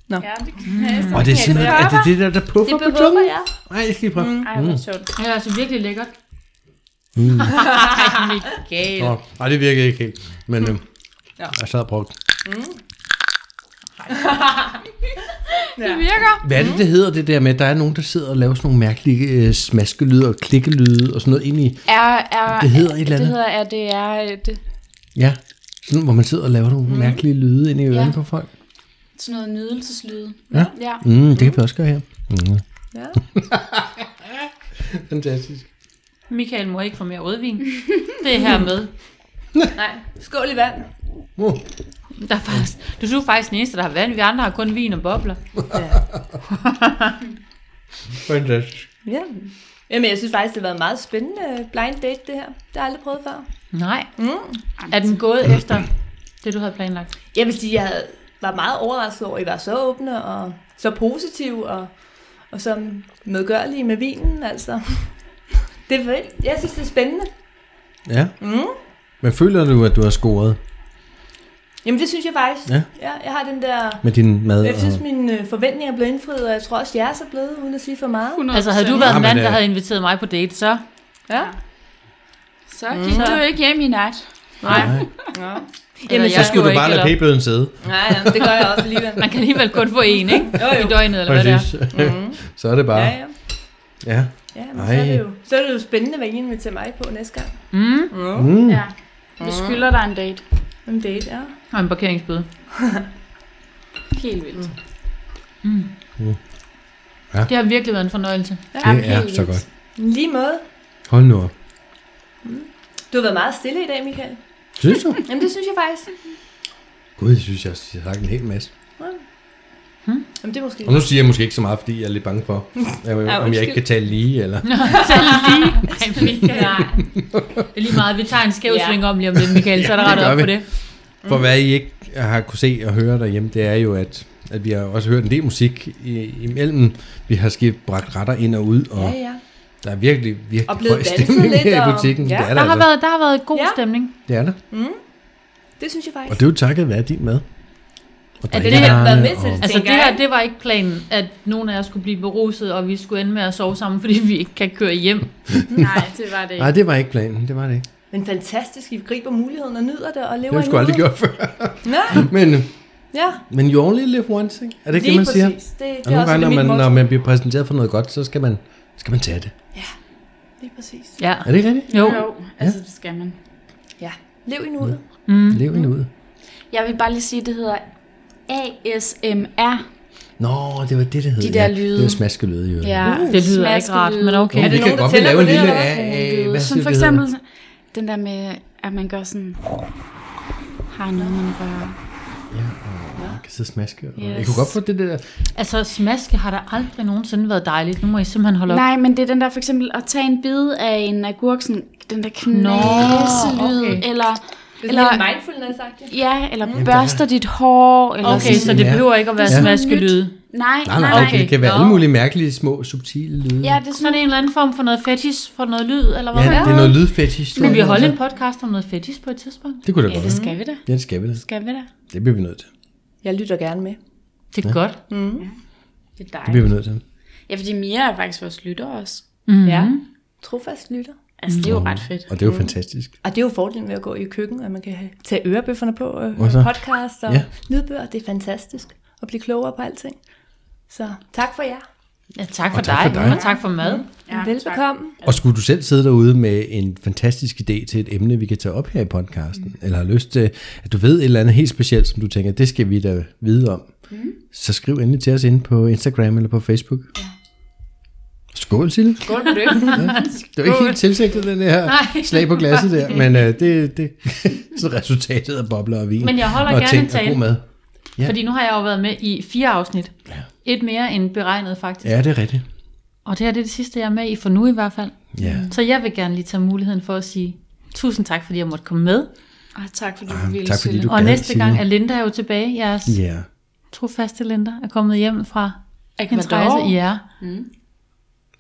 S6: Ja, det kan
S4: Og det er simpelthen, er det det der, der puffer
S5: Det
S4: på
S5: behøver
S4: tungen?
S5: jeg.
S4: Nej, jeg skal lige prøve. Mm.
S6: Ej, hvor sjovt.
S2: Det er altså virkelig lækkert. Mm. Michael.
S4: Nå, nej, det virkede ikke helt. Men øh, ja. jeg sad og brugte.
S6: Det virker.
S4: Hvad er det, det hedder det der med, at der er nogen, der sidder og laver sådan nogle mærkelige øh, smaskelyde og klikkelyde og sådan noget ind i...
S6: Er, er,
S4: Det hedder et eller andet.
S6: Det hedder, at det er... øh, Det,
S4: Ja, sådan, hvor man sidder og laver nogle mm. mærkelige lyde ind i ørerne ja. på folk.
S6: sådan noget nydelseslyde.
S4: Ja.
S6: ja.
S4: Mm, det kan vi også gøre her. Mm.
S5: Ja.
S4: Fantastisk.
S2: Michael må ikke få mere rødvin. Det er her med.
S5: Skål i vand.
S4: Uh,
S2: Der er faktisk, du er faktisk den eneste, der har vand. Vi andre har kun vin og bobler.
S4: fantastisk.
S5: Ja. Jamen, jeg synes faktisk, det har været en meget spændende blind date, det her. Det har jeg aldrig prøvet før.
S2: Nej. Mm. Er den gået efter det, du havde planlagt?
S5: Jeg vil sige, jeg havde, var meget overrasket over, at I var så åbne og så positive og, og så medgørlige med vinen, altså. Det er vildt. Jeg synes, det er spændende.
S4: Ja. Mm. Men føler du, at du har scoret
S5: Jamen, det synes jeg faktisk.
S4: Ja.
S5: ja jeg har den der...
S4: med din mad?
S5: Jeg synes,
S4: og...
S5: mine øh, forventninger er blevet indfriet, og jeg tror også, jeres er blevet, uden at sige for meget.
S2: Altså, havde du
S6: været...
S2: været en
S4: Jamen,
S2: mand, der
S4: øh,
S2: havde inviteret mig på date, så...
S5: Ja.
S6: Så gik mm. du jo ikke hjem i nat.
S2: Nej.
S4: Nej.
S5: ja.
S2: Eller
S5: så
S4: Så
S2: jeg
S4: skulle
S2: gjorde
S4: du bare
S2: ikke,
S4: lade
S2: eller-
S4: p-bøden sidde.
S5: Nej, ja, det gør jeg også alligevel.
S2: Man kan alligevel kun få en, ikke?
S5: Jo, jo. Mhm.
S2: I døgnet, eller hvad det er.
S4: Mm. så er det bare...
S5: Ja, ja.
S4: Ja.
S5: Ja, men så er,
S4: Ej.
S5: det jo, så er det jo spændende, hvad I inviterer mig på næste gang.
S4: Mm.
S6: Ja. Vi skylder dig en date.
S5: En date, ja.
S2: Og en parkeringsbøde.
S6: Helt
S4: Mm.
S6: vildt.
S2: Det har virkelig været en fornøjelse.
S4: Det er
S6: helt
S4: så
S6: vildt.
S4: godt.
S5: Men Lige måde.
S4: Hold nu op.
S5: Du har været meget stille i dag, Michael.
S4: Synes du?
S5: Jamen, det synes jeg faktisk.
S4: Gud, jeg synes, jeg har sagt en hel masse.
S5: Jamen, det er måske...
S4: Og nu siger jeg måske ikke så meget, fordi jeg er lidt bange for, øh, om jeg
S5: undskyld.
S4: ikke kan tale lige, eller...
S2: Ej, Michael. Det er lige meget, vi tager en skæv
S5: Ja.
S2: sving om lige om lidt, Michael, så er der
S4: det
S2: rettet
S4: gør
S2: op på
S4: vi.
S2: det.
S4: For hvad I ikke har kunne se og høre derhjemme, det er jo, at, at vi har også hørt en del musik i, imellem. Vi har skift bragt retter ind og ud, og
S5: Ja,
S4: ja, ja.
S5: ja.
S4: der er virkelig, virkelig
S5: Og blevet
S4: høj
S5: danset
S4: stemning
S5: lidt,
S4: her i
S5: og-
S4: butikken.
S5: ja.
S4: Ja, det er der,
S2: Der har
S4: altså.
S2: været, der har været god
S5: Ja.
S2: stemning.
S4: Det er der.
S5: Det synes jeg
S4: Og
S5: faktisk.
S4: det er jo takket være din mad. Og
S5: At det
S4: drikkerne,
S5: har været med til det.
S4: og-
S2: Altså det
S5: Tænker
S2: her,
S5: jeg.
S2: det var ikke planen, at nogen af os skulle blive beruset, og vi skulle ende med at sove sammen, fordi vi ikke kan køre hjem.
S6: Nej, det var det
S4: Nej,
S6: ikke.
S4: det var ikke planen. Det var det ikke.
S5: Men fantastisk, I griber muligheden og nyder det og
S4: Det
S5: lever
S4: har vi
S5: i
S4: sgu aldrig gjort
S5: nuet.
S4: før.
S5: Nej,
S4: Men,
S5: ja.
S4: men you only live once, ikke? Er det ikke det,
S5: Lige
S4: man siger?
S5: præcis. Det, det
S4: Og
S5: er
S4: nogle
S5: også
S4: gange,
S5: det,
S4: når
S5: min
S4: man,
S5: motto.
S4: når man bliver præsenteret for noget godt, så skal man, skal man tage det.
S5: Lige præcis.
S2: Ja.
S4: Er det ikke rigtigt?
S2: Jo.
S6: Jo, altså det skal man.
S5: Ja. Lev i nuet.
S4: Mm. Lev endnu ud.
S6: Jeg vil bare lige sige, at det hedder ASMR.
S4: Nå, det var det, det hed.
S6: De der
S4: ja.
S6: lyde.
S4: Det var smaskelyde, jo.
S6: Ja,
S2: Det lyder ikke rart, men okay.
S4: Er det
S5: det
S4: vi kan
S5: nogen, der
S4: godt
S5: tænder
S4: lave
S5: på
S4: en
S5: det,
S4: lille
S5: eller
S4: af,
S5: hvad?
S6: Øh,
S4: af hvad
S6: Som
S4: siger
S6: for
S4: det, det
S6: eksempel
S4: hedder?
S6: den der med, at man gør sådan, har noget, man rører.
S4: Man kan sidde og smaske. og- Jeg
S6: Yes.
S4: kunne godt få det der.
S2: Altså smaske har der aldrig nogensinde været dejligt. Nu må I simpelthen holde op.
S6: Nej, men det er den der for eksempel at tage en bid af en agurk, sådan, den der knæselyd, okay.
S2: okay.
S5: Det
S6: eller,
S5: er
S6: eller,
S5: sådan lidt mindfulness-agtigt.
S6: ja, eller børster dit hår. Eller
S2: Okay, så det
S4: Ja.
S2: behøver ikke at være
S4: Ja.
S2: smaskelyde.
S6: Nej,
S4: Nej, nej, okay. Det kan være alle mulige mærkelige, små, subtile lyde.
S6: Ja, det er
S2: Så er
S6: sådan,
S2: det en eller anden form for noget fetish, for noget lyd, eller hvad?
S4: Ja, det er noget lydfetish.
S2: Skal vi holde en podcast om noget fetish på et tidspunkt?
S4: Det kunne da
S6: ja,
S4: godt være.
S6: det skal vi da.
S4: Ja, det skal vi da.
S6: Skal vi da.
S4: Det bliver vi nødt til.
S5: Jeg lytter gerne med.
S2: Det er godt.
S6: Det er
S4: Det bliver
S6: dejligt.
S4: vi nødt til.
S6: Ja, fordi Mia er faktisk vores lytter også.
S5: Ja. Trofast lytter.
S6: Altså, det er jo ret fedt.
S4: Mm. Og det er jo fantastisk.
S5: Og det er jo fordelen ved at gå i køkken, at man kan have- tage ørebøfferne på, og
S4: Og så-
S5: høre podcast og
S4: Ja.
S5: ja. lydbøger. Det er fantastisk at blive klogere på alting. Så tak for jer.
S2: Ja, tak for,
S4: Og tak
S2: dig.
S4: for dig.
S2: og tak for mad.
S6: Ja,
S5: Velbekomme.
S4: Og skulle du selv sidde derude med en fantastisk idé til et emne, vi kan tage op her i podcasten, mm. eller har lyst til, at du ved et eller andet helt specielt, som du tænker, det skal vi da vide om, mm. så skriv endelig til os inde på Instagram eller på Facebook. Ja. Skål, Sille.
S6: Skål på det.
S4: Det var ikke helt tilsigtet, den her
S2: Nej.
S4: slag på glasset der, men øh, det, det så resultatet af bobler og vin.
S2: Men jeg holder
S4: og
S2: gerne
S4: ting
S2: en tale.
S4: Og god mad. Ja.
S2: Fordi nu har jeg jo været med i fire afsnit. Et mere end beregnet, faktisk.
S4: Ja, det er rigtigt.
S2: Og det her det er det sidste, jeg er med i, for nu i hvert fald.
S4: Ja.
S2: Så jeg vil gerne lige tage muligheden for at sige tusind tak, fordi jeg måtte komme med.
S6: Og tak fordi du ville,
S4: Ah, tak fordi
S6: Sille.
S4: du-
S2: Og
S4: gerne
S2: næste
S4: sige-
S2: gang er Linda jo tilbage. Jeres
S4: Ja.
S2: trofaste Linda er kommet hjem fra hendes
S6: Ecuador.
S2: rejse. Ja.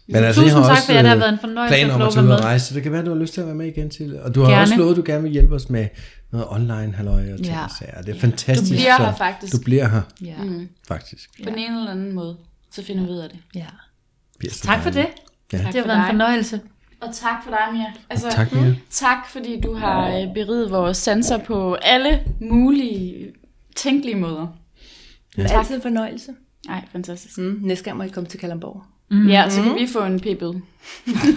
S4: Men
S2: Tusind
S4: jeg har
S2: tak
S4: også,
S2: for jer, det har
S4: øh,
S2: været en fornøjelse
S4: planer
S2: at
S4: om
S2: få lov at
S4: at tage ud
S2: være
S4: og
S2: med.
S4: rejse, så det kan være, du har lyst til at være med igen til. Og du har
S2: Gerne.
S4: også lovet, at du gerne vil hjælpe os med noget online halløj og ting
S2: Ja.
S4: og sager. Det er fantastisk.
S6: Du bliver
S4: så
S6: her faktisk.
S4: Du bliver her,
S2: Ja.
S4: faktisk.
S6: På den ene eller anden måde, så finder vi ud af det.
S2: ja.
S4: Bliver så
S2: Tak for det.
S4: dejligt.
S6: Tak
S2: Det har
S6: for
S2: været en
S6: dig.
S2: fornøjelse.
S6: Og tak for dig, Mia. Altså,
S4: Tak, Mia.
S6: tak, fordi du har øh, beriget vores sanser på alle mulige tænkelige måder.
S5: Det er altid en fornøjelse.
S6: Nej, fantastisk.
S5: Mm. Næste gang må I komme til Kalamborg.
S6: Mm. Ja, så kan vi få en pibbel.
S5: Det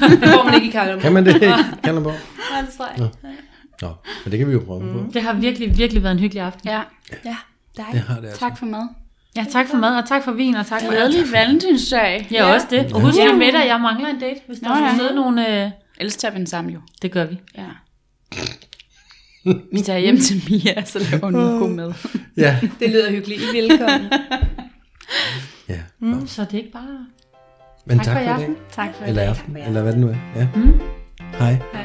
S5: får man ikke i Kalamborg.
S4: Kan man det ikke? Kalderborg?
S5: Nej, det tror jeg.
S4: Nå, men det kan vi jo prøve på.
S2: Det har virkelig, virkelig været en hyggelig aften.
S6: Ja,
S5: Ja, dig.
S4: Det har det altså.
S6: tak for mad.
S2: Ja, tak for mad, og tak for vin, og tak for alt.
S6: Glædelig valentinsdag.
S2: Ja, også det. Og husk at med dig, jeg mangler en date, hvis der
S6: Nå,
S2: skulle
S6: ja.
S2: sidde nogle... Øh...
S6: Ellers tager vi den sammen jo.
S2: Det gør vi.
S6: Ja. Vi tager hjem til Mia, så laver hun noget god mad.
S4: Ja,
S5: Det lyder hyggeligt. I er velkommen.
S4: ja. Nå,
S2: Så det er ikke bare...
S4: Men
S2: Tak
S4: tak
S2: for i
S4: for i dag.
S2: aften.
S6: Tak for det.
S4: Eller aften, eller hvad det nu er. Ja. Hej.